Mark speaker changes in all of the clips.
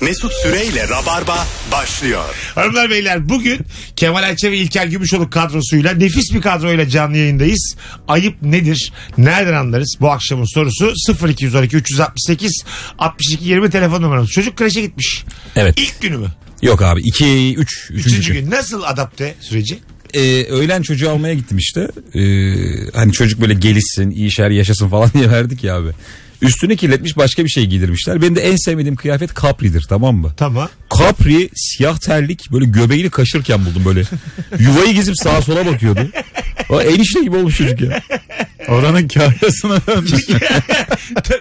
Speaker 1: Mesut Süreyle Rabarba başlıyor.
Speaker 2: Hanımlar beyler bugün Kemal Ayça ve İlker Gümüşoluk kadrosuyla nefis bir kadroyla canlı yayındayız. Ayıp nedir? Nereden anlarız? Bu akşamın sorusu 0212 368 62 20 telefon numaramız. Çocuk kreşe gitmiş.
Speaker 3: Evet.
Speaker 2: İlk günü mü?
Speaker 3: Yok abi 2 3
Speaker 2: Üçüncü
Speaker 3: 3.
Speaker 2: gün. Nasıl adapte süreci?
Speaker 3: Ee, öğlen çocuğu almaya gittim işte. Ee, hani çocuk böyle gelişsin, iyi işler yaşasın falan diye verdik ya abi. Üstünü kirletmiş başka bir şey giydirmişler. Benim de en sevmediğim kıyafet kapridir tamam mı?
Speaker 2: Tamam.
Speaker 3: Kapri siyah terlik böyle göbeğini kaşırken buldum böyle. Yuvayı gezip sağa sola bakıyordu. O enişte gibi olmuş çocuk ya.
Speaker 4: Oranın kahyasına dönmüş.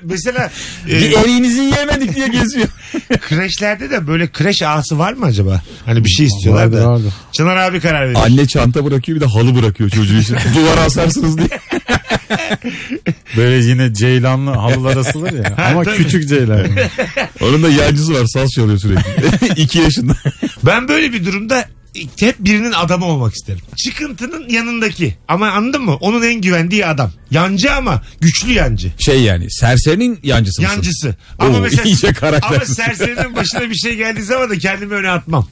Speaker 2: Mesela e,
Speaker 3: Bir elinizi yemedik diye geziyor.
Speaker 2: kreşlerde de böyle kreş ağası var mı acaba? Hani bir şey istiyorlar
Speaker 4: Vardır,
Speaker 2: da.
Speaker 4: vardır.
Speaker 2: Çınar abi karar veriyor.
Speaker 3: Anne çanta bırakıyor bir de halı bırakıyor çocuğu için. Duvara asarsınız diye.
Speaker 4: Böyle yine ceylanlı halılar asılır ya. Ama
Speaker 2: tabii.
Speaker 4: küçük ceylan.
Speaker 3: Onun da yancısı var saz çalıyor sürekli. 2 yaşında.
Speaker 2: Ben böyle bir durumda hep birinin adamı olmak isterim. Çıkıntının yanındaki ama anladın mı? Onun en güvendiği adam. Yancı ama güçlü yancı.
Speaker 3: Şey yani serserinin yancısı mısın?
Speaker 2: Yancısı. Ama
Speaker 3: Oo,
Speaker 2: mesela
Speaker 3: iyice karakter.
Speaker 2: ama serserinin başına bir şey geldiği zaman da kendimi öne atmam.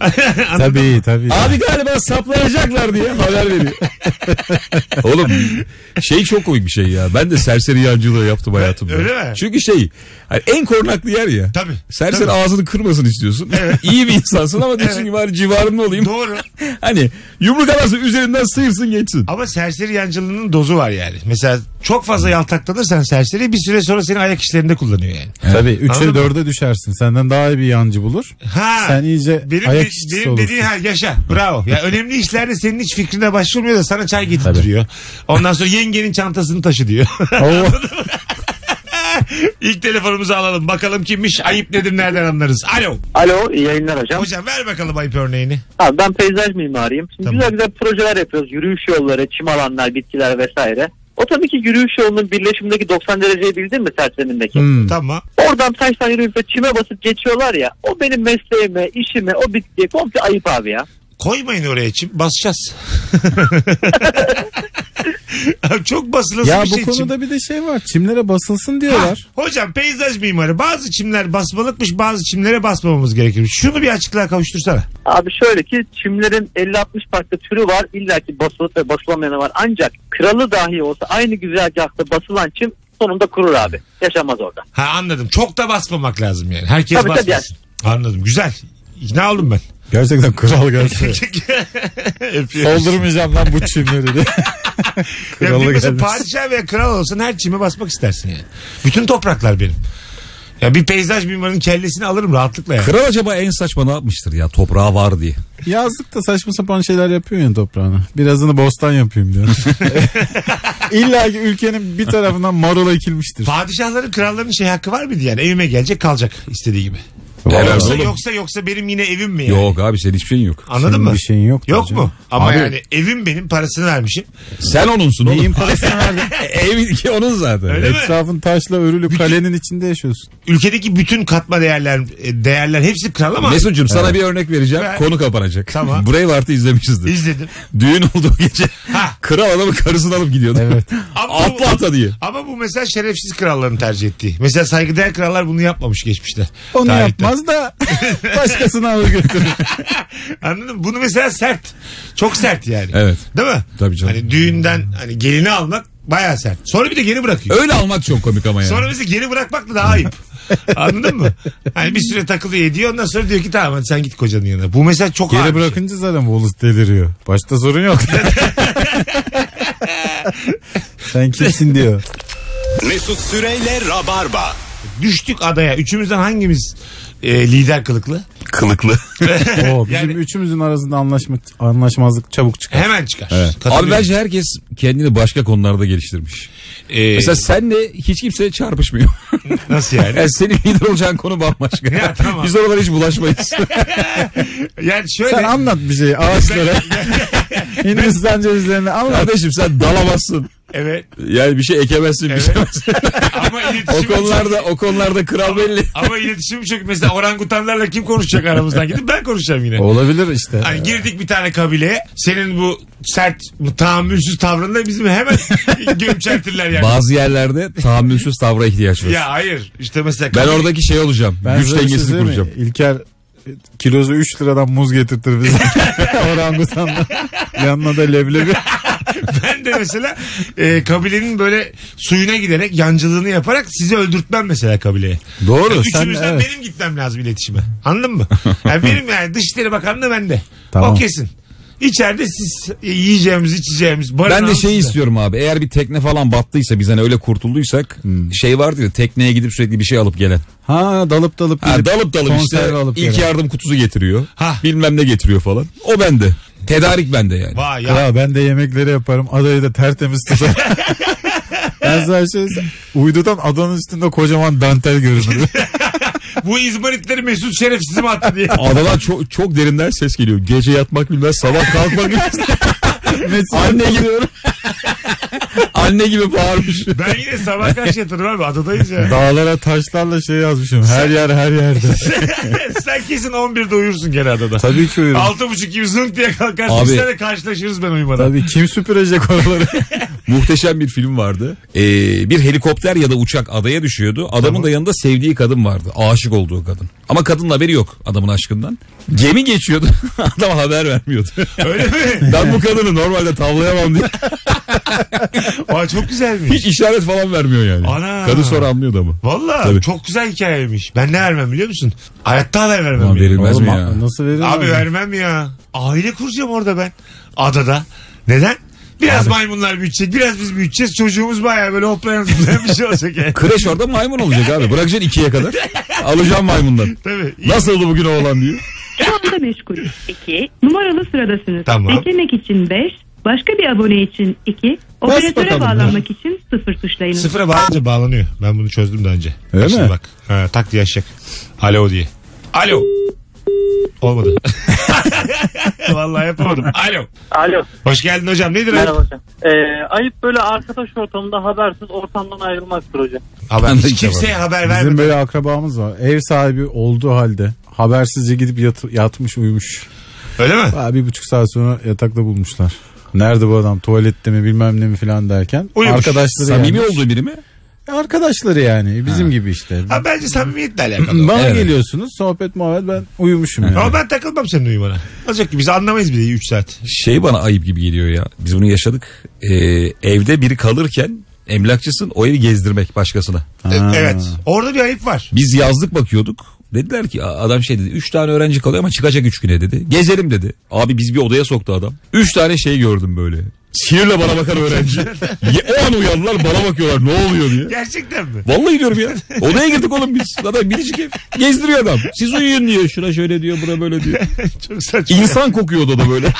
Speaker 2: Anladın mı?
Speaker 4: tabii tabii.
Speaker 3: Abi galiba saplayacaklar diye haber veriyor. Oğlum şey çok komik bir şey ya. Ben de serseri yancılığı yaptım hayatımda.
Speaker 2: Öyle mi?
Speaker 3: Çünkü şey hani en kornaklı yer ya.
Speaker 2: Tabii,
Speaker 3: Serseri
Speaker 2: tabii.
Speaker 3: ağzını kırmasın istiyorsun. İyi bir insansın ama diyorsun
Speaker 2: Evet.
Speaker 3: ki bari civarımda olayım.
Speaker 2: Doğru.
Speaker 3: Hani yumruk atarsa üzerinden sıyırsın geçsin.
Speaker 2: Ama serseri yancılığının dozu var yani. Mesela çok fazla yaltaklanırsan serseri bir süre sonra seni ayak işlerinde kullanıyor yani.
Speaker 4: Tabii 3'e
Speaker 2: Anladım.
Speaker 4: 4'e Şey, düşersin. Senden daha iyi bir yancı bulur.
Speaker 2: Ha.
Speaker 4: Sen iyice
Speaker 2: benim,
Speaker 4: ayak
Speaker 2: de-
Speaker 4: işçisi
Speaker 2: benim
Speaker 4: olursun.
Speaker 2: dediğin ha yaşa bravo. Ya önemli işlerde senin hiç fikrine başvurmuyor da sana çay getirtiyor. Ondan sonra yengenin çantasını taşı diyor.
Speaker 4: Oo.
Speaker 2: İlk telefonumuzu alalım bakalım kimmiş ayıp nedir nereden anlarız. Alo
Speaker 5: Alo iyi yayınlar hocam.
Speaker 2: hocam ver bakalım ayıp örneğini.
Speaker 5: Abi ben peyzaj mimarıyım. Şimdi
Speaker 2: Tamam.
Speaker 5: güzel güzel projeler yapıyoruz. Yürüyüş yolları, çim alanlar, bitkiler vesaire. O tabii ki yürüyüş yolunun birleşimindeki 90 dereceyi bildin mi sersemindeki?
Speaker 4: Hmm.
Speaker 2: Tamam.
Speaker 5: Oradan taştan yürüyüp de çime basıp geçiyorlar ya. O benim mesleğime, işime, o bitkiye komple ayıp abi ya.
Speaker 2: Koymayın oraya çim basacağız. Abi Çok basılası
Speaker 4: Ya
Speaker 2: bir
Speaker 4: bu
Speaker 2: şey çim.
Speaker 4: konuda bir de şey var. Çimlere basılsın
Speaker 2: Ha,
Speaker 4: diyorlar.
Speaker 2: hocam peyzaj mimarı bazı çimler basmalıkmış bazı çimlere basmamamız gerekirmiş. Şunu bir açıklığa kavuştursana.
Speaker 5: Abi şöyle ki çimlerin 50-60 farklı türü var. İlla ki basılıp ve basılamayanı var. Ancak kralı dahi olsa aynı güzergahta basılan çim sonunda kurur abi. Yaşamaz orada.
Speaker 2: Ha anladım. Çok da basmamak lazım yani. Herkes
Speaker 5: Tabii, tabii.
Speaker 2: basmasın. Anladım. Güzel. İkna oldum ben.
Speaker 4: Gerçekten kral gelse.
Speaker 2: Öpüyorum.
Speaker 4: Soldurmayacağım lan bu çimleri diye.
Speaker 2: Ya bir
Speaker 4: Kralı
Speaker 2: mesela
Speaker 4: gelmiş.
Speaker 2: padişah veya kral olsan her çime basmak istersin yani. Bütün topraklar benim. Ya bir peyzaj mimarının kellesini alırım rahatlıkla yani.
Speaker 3: Kral acaba en saçma ne yapmıştır ya toprağı var diye.
Speaker 4: Yazlık da saçma sapan şeyler yapıyor ya toprağına. Birazını bostan yapayım diyor. İlla ki ülkenin bir tarafından marul ekilmiştir.
Speaker 2: Padişahların kralların şey hakkı var mıydı yani? Evime gelecek kalacak istediği gibi.
Speaker 3: Helal
Speaker 2: Yoksa
Speaker 3: oğlum.
Speaker 2: yoksa yoksa benim yine evim mi yani?
Speaker 3: Yok abi senin hiçbir şeyin yok.
Speaker 2: Anladın
Speaker 4: Senin
Speaker 2: mı?
Speaker 4: bir şeyin yok
Speaker 2: Yok
Speaker 4: tabii
Speaker 2: mu?
Speaker 4: canım.
Speaker 2: Ama
Speaker 4: Abi-
Speaker 2: yani evim benim parasını vermişim.
Speaker 3: Sen onunsun oğlum.
Speaker 4: Neyin parasını verdin?
Speaker 3: Evin ki E, onun zaten.
Speaker 2: Öyle mi?
Speaker 4: Etrafın taşla örülü kalenin içinde yaşıyorsun.
Speaker 2: Ülkedeki bütün katma değerler e, değerler hepsi kral ama
Speaker 3: Mesut'cum sana bir örnek vereceğim.
Speaker 2: Ver.
Speaker 3: Konu kapanacak.
Speaker 2: Tamam.
Speaker 3: Braveheart'ı izlemişizdir.
Speaker 2: izledim.
Speaker 3: Düğün olduğu gece
Speaker 2: Ha.
Speaker 3: kral adamın karısını alıp gidiyordu.
Speaker 4: Evet.
Speaker 3: atla atla diye.
Speaker 2: Ama bu mesela şerefsiz kralların tercih ettiği. Mesela saygıdeğer krallar bunu yapmamış geçmişte.
Speaker 4: Onu
Speaker 2: Tarihte.
Speaker 4: yapmaz da başkasını alır götürür.
Speaker 2: Anladın mı? Bunu mesela sert. Çok sert yani.
Speaker 3: Evet.
Speaker 2: Değil mi?
Speaker 3: Tabii canım.
Speaker 2: Hani düğünden hani gelini almak baya sert. Sonra bir de geri bırakıyor.
Speaker 3: Öyle almak çok komik ama yani.
Speaker 2: Sonra mesela geri bırakmak da daha ayıp. Anladın mı? Hani bir süre takılıyor ediyor ondan sonra diyor ki tamam hadi sen git kocanın yanına. Bu mesela çok ağır
Speaker 4: Geri
Speaker 2: bir şey.
Speaker 4: bırakınca zaten Wallace deliriyor. Başta sorun yok. Sen kimsin diyor.
Speaker 1: Mesut Süreyle Rabarba.
Speaker 2: Düştük adaya. Üçümüzden hangimiz e, lider kılıklı?
Speaker 3: kılıklı.
Speaker 4: Oo, bizim
Speaker 2: Yani-
Speaker 4: üçümüzün arasında anlaşma, anlaşmazlık çabuk çıkar.
Speaker 2: Hemen çıkar. Katılıyorum.
Speaker 3: Abi bence herkes kendini başka konularda geliştirmiş.
Speaker 2: E,
Speaker 3: şey- Mesela senle hiç kimse çarpışmıyor.
Speaker 2: nasıl yani?
Speaker 3: yani senin lider olacağın konu bambaşka.
Speaker 2: Ya tamam.
Speaker 3: Biz oralara hiç bulaşmayız.
Speaker 2: Yani şöyle.
Speaker 4: Sen şey. anlat bir şeyi ağaçlara. Hindistan cevizlerini anlat.
Speaker 3: Kardeşim sen dalamazsın.
Speaker 2: Evet.
Speaker 3: Yani bir şey ekemezsin bir
Speaker 2: Evet.
Speaker 3: şey yapamazsın.
Speaker 2: Ama
Speaker 3: O
Speaker 2: iletişim
Speaker 3: konularda o konularda kral belli.
Speaker 2: Ama iletişim çok mesela orangutanlarla kim konuşacak aramızdan gidip ben konuşacağım yine.
Speaker 4: Olabilir işte.
Speaker 2: Hani girdik bir tane kabileye. Senin bu sert, bu tahammülsüz tavrında bizim hemen gömçertirler yani.
Speaker 3: Bazı yerlerde tahammülsüz tavra ihtiyaç var.
Speaker 2: ya hayır. işte mesela
Speaker 3: ben oradaki şey olacağım.
Speaker 4: Ben
Speaker 3: güç
Speaker 4: size bir şey
Speaker 3: dengesini
Speaker 4: söyleyeyim mi?
Speaker 3: kuracağım.
Speaker 4: İlker e, kilosu 3 liradan muz getirtir bize. Orangutanla. Yanına da leblebi.
Speaker 2: Ben de mesela e, kabilenin böyle suyuna giderek yancılığını yaparak sizi öldürtmem mesela kabileye.
Speaker 4: Doğru.
Speaker 2: Üçümüzden benim gitmem lazım iletişime. Anladın mı? Yani benim yani Dışişleri Bakanlığı bende.
Speaker 4: Tamam.
Speaker 2: O kesin. İçeride siz yiyeceğimiz, içeceğimiz,
Speaker 3: Ben de
Speaker 2: barınağımız
Speaker 3: şey
Speaker 2: size.
Speaker 3: istiyorum abi. Eğer bir tekne falan battıysa biz hani öyle kurtulduysak
Speaker 4: Hmm.
Speaker 3: şey vardı ya tekneye gidip sürekli bir şey alıp gelen.
Speaker 4: Ha dalıp dalıp
Speaker 3: Ha,
Speaker 4: gidip
Speaker 3: dalıp dalıp
Speaker 4: konserve
Speaker 3: işte
Speaker 4: alıp
Speaker 3: ilk
Speaker 4: gelen.
Speaker 3: yardım kutusu getiriyor.
Speaker 2: Ha.
Speaker 3: Bilmem ne getiriyor falan. O bende. Tedarik bende yani.
Speaker 2: Vay ya.
Speaker 4: Ya ben de yemekleri yaparım. Adayı da tertemiz tutarım. ben sana şey uydudan adanın üstünde kocaman dantel görünür.
Speaker 2: Bu İzmaritleri Mesut Şerefsiz'i mi attı diye.
Speaker 3: Adalar çok, çok derinden ses geliyor. Gece yatmak bilmez sabah kalkmak bilmez. Anne gibi. Anne gibi bağırmış.
Speaker 2: Ben yine sabah karşı yatırım abi adadayız ya.
Speaker 4: Dağlara taşlarla şey yazmışım. Her yer her yerde.
Speaker 2: Sen kesin 11'de uyursun gene adada.
Speaker 4: Tabii ki uyurum.
Speaker 2: Altı buçuk gibi zınk diye kalkarsın.
Speaker 3: Abi-
Speaker 2: Sen de karşılaşırız ben uyumadan.
Speaker 4: Tabii kim süpürecek oraları?
Speaker 3: Muhteşem bir film vardı. Ee, bir helikopter ya da uçak adaya düşüyordu. Adamın da yanında sevdiği kadın vardı. Aşık olduğu kadın. Ama kadının haberi yok adamın aşkından. Gemi geçiyordu. Adam haber vermiyordu.
Speaker 2: Öyle mi?
Speaker 3: ben bu kadını normalde tavlayamam diye.
Speaker 2: Aa, çok güzelmiş.
Speaker 3: Hiç işaret falan vermiyor yani.
Speaker 2: Ana.
Speaker 3: Kadın sonra anlıyordu ama.
Speaker 2: Valla
Speaker 3: Tabii.
Speaker 2: çok güzel hikayeymiş. Ben ne vermem biliyor musun? Hayatta haber vermem.
Speaker 3: Ama
Speaker 2: yani.
Speaker 3: verilmez mi
Speaker 4: Oğlum,
Speaker 3: ya?
Speaker 4: Nasıl verir?
Speaker 2: Abi
Speaker 4: abi?
Speaker 2: vermem ya. Aile kuracağım orada ben. Adada. Neden? Biraz maymunlar büyütecek. Biraz biz büyüteceğiz. Çocuğumuz bayağı böyle hoplayan zıplayan bir şey olacak yani.
Speaker 3: Kreş orada maymun olacak abi. Bırakacaksın ikiye kadar. Alacağım maymundan.
Speaker 2: Tabii. İyi.
Speaker 3: Nasıldı bugün oğlan diyor.
Speaker 6: Şu anda meşgul. 2. Numaralı sıradasınız.
Speaker 2: Tamam.
Speaker 6: Beklemek için 5. Başka bir abone için 2. Operatöre
Speaker 4: bakalım
Speaker 6: bağlanmak için 0 tuşlayınız.
Speaker 2: Sıfıra bağlanınca bağlanıyor. Ben bunu çözdüm daha önce.
Speaker 4: Öyle
Speaker 2: Şimdi
Speaker 4: mi?
Speaker 2: Bak. Ha, tak diye açacak. Alo diye. Alo. Olmadı. Vallahi yapamadım. Alo.
Speaker 5: Alo.
Speaker 2: Hoş geldin hocam. Nedir
Speaker 5: Merhaba
Speaker 2: ayıp?
Speaker 5: hocam. Ee, ayıp böyle arkadaş ortamında habersiz ortamdan ayrılmaktır hocam.
Speaker 2: Haber.
Speaker 3: Ben de
Speaker 2: Hiç
Speaker 3: hiç
Speaker 2: kimseye haber
Speaker 4: Bizim
Speaker 2: verme.
Speaker 4: böyle akrabamız var. Ev sahibi olduğu halde habersizce gidip yat- yatmış uyumuş.
Speaker 2: Öyle mi?
Speaker 4: Aa, bir buçuk saat sonra yatakta bulmuşlar. Nerede bu adam tuvalette mi bilmem ne mi filan derken.
Speaker 2: Uyumuş.
Speaker 4: Arkadaşları
Speaker 3: Samimi
Speaker 4: yani.
Speaker 3: olduğu biri mi?
Speaker 4: Arkadaşları yani bizim gibi işte.
Speaker 2: Ha, bence samimiyetle alakalı.
Speaker 4: Bana
Speaker 3: Evet.
Speaker 4: geliyorsunuz sohbet muhabbet ben uyumuşum yani.
Speaker 2: Ama ben takılmam senin uyumana. Olacak ki biz anlamayız bile 3 saat.
Speaker 3: Şey bana ayıp gibi geliyor ya. Biz bunu yaşadık. Ee, evde biri kalırken emlakçısın o evi gezdirmek başkasına.
Speaker 2: E, Evet. Orada bir ayıp var.
Speaker 3: Biz yazlık bakıyorduk. Dediler ki "Aa, adam şey dedi 3 tane öğrenci kalıyor ama çıkacak 3 güne dedi. Gezelim dedi. Abi biz bir odaya soktu adam. 3 tane şey gördüm böyle. Sihirle bana bakan öğrenci. Ye- o an uyandılar bana bakıyorlar ne oluyor diye.
Speaker 2: Gerçekten mi?
Speaker 3: Vallahi diyorum ya. Odaya girdik oğlum biz. Zaten biricik ev. Gezdiriyor adam. Siz uyuyun diyor. Şuna şöyle diyor. Buna böyle diyor.
Speaker 2: Çok saçma.
Speaker 3: İnsan kokuyordu o da böyle.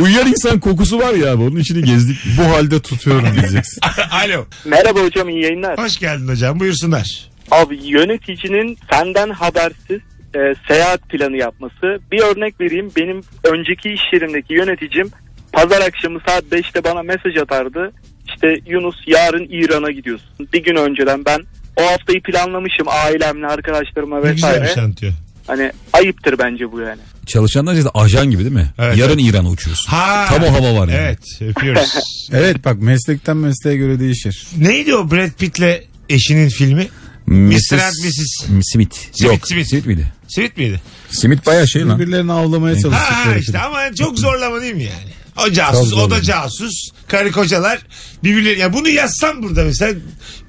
Speaker 3: Uyuyan insan kokusu var ya abi. Onun içini gezdik.
Speaker 4: Bu halde tutuyorum diyeceksin.
Speaker 2: Alo.
Speaker 5: Merhaba hocam iyi yayınlar.
Speaker 2: Hoş geldin hocam. Buyursunlar.
Speaker 5: Abi yöneticinin senden habersiz e, seyahat planı yapması. Bir örnek vereyim. Benim önceki iş yerimdeki yöneticim pazar akşamı saat 5'te bana mesaj atardı. İşte Yunus yarın İran'a gidiyorsun. Bir gün önceden ben o haftayı planlamışım ailemle, arkadaşlarıma
Speaker 2: Ne güzel bir
Speaker 5: vesaire.
Speaker 2: şey anlatıyor.
Speaker 5: Hani ayıptır bence bu yani.
Speaker 3: Çalışanlar işte ajan gibi değil mi?
Speaker 2: Evet.
Speaker 3: Yarın İran'a uçuyorsun.
Speaker 2: Ha.
Speaker 3: Tam o hava var yani.
Speaker 2: Evet. Öpüyoruz.
Speaker 4: evet bak meslekten mesleğe göre değişir.
Speaker 2: Neydi o Brad Pitt'le eşinin filmi?
Speaker 3: Mrs.
Speaker 2: Mr. and Mrs.
Speaker 3: Simit. Yok.
Speaker 2: Smith.
Speaker 3: Simit miydi?
Speaker 2: Simit miydi?
Speaker 3: Simit bayağı şey lan.
Speaker 4: Birbirlerini avlamaya
Speaker 2: Ha ha,
Speaker 4: çalıştıkları.
Speaker 2: işte
Speaker 4: film.
Speaker 2: ama çok zorlama değil mi yani? O casus,
Speaker 4: Çok
Speaker 2: o da
Speaker 4: zorlama.
Speaker 2: casus. Karı kocalar birbirleri. Ya bunu yazsam burada mesela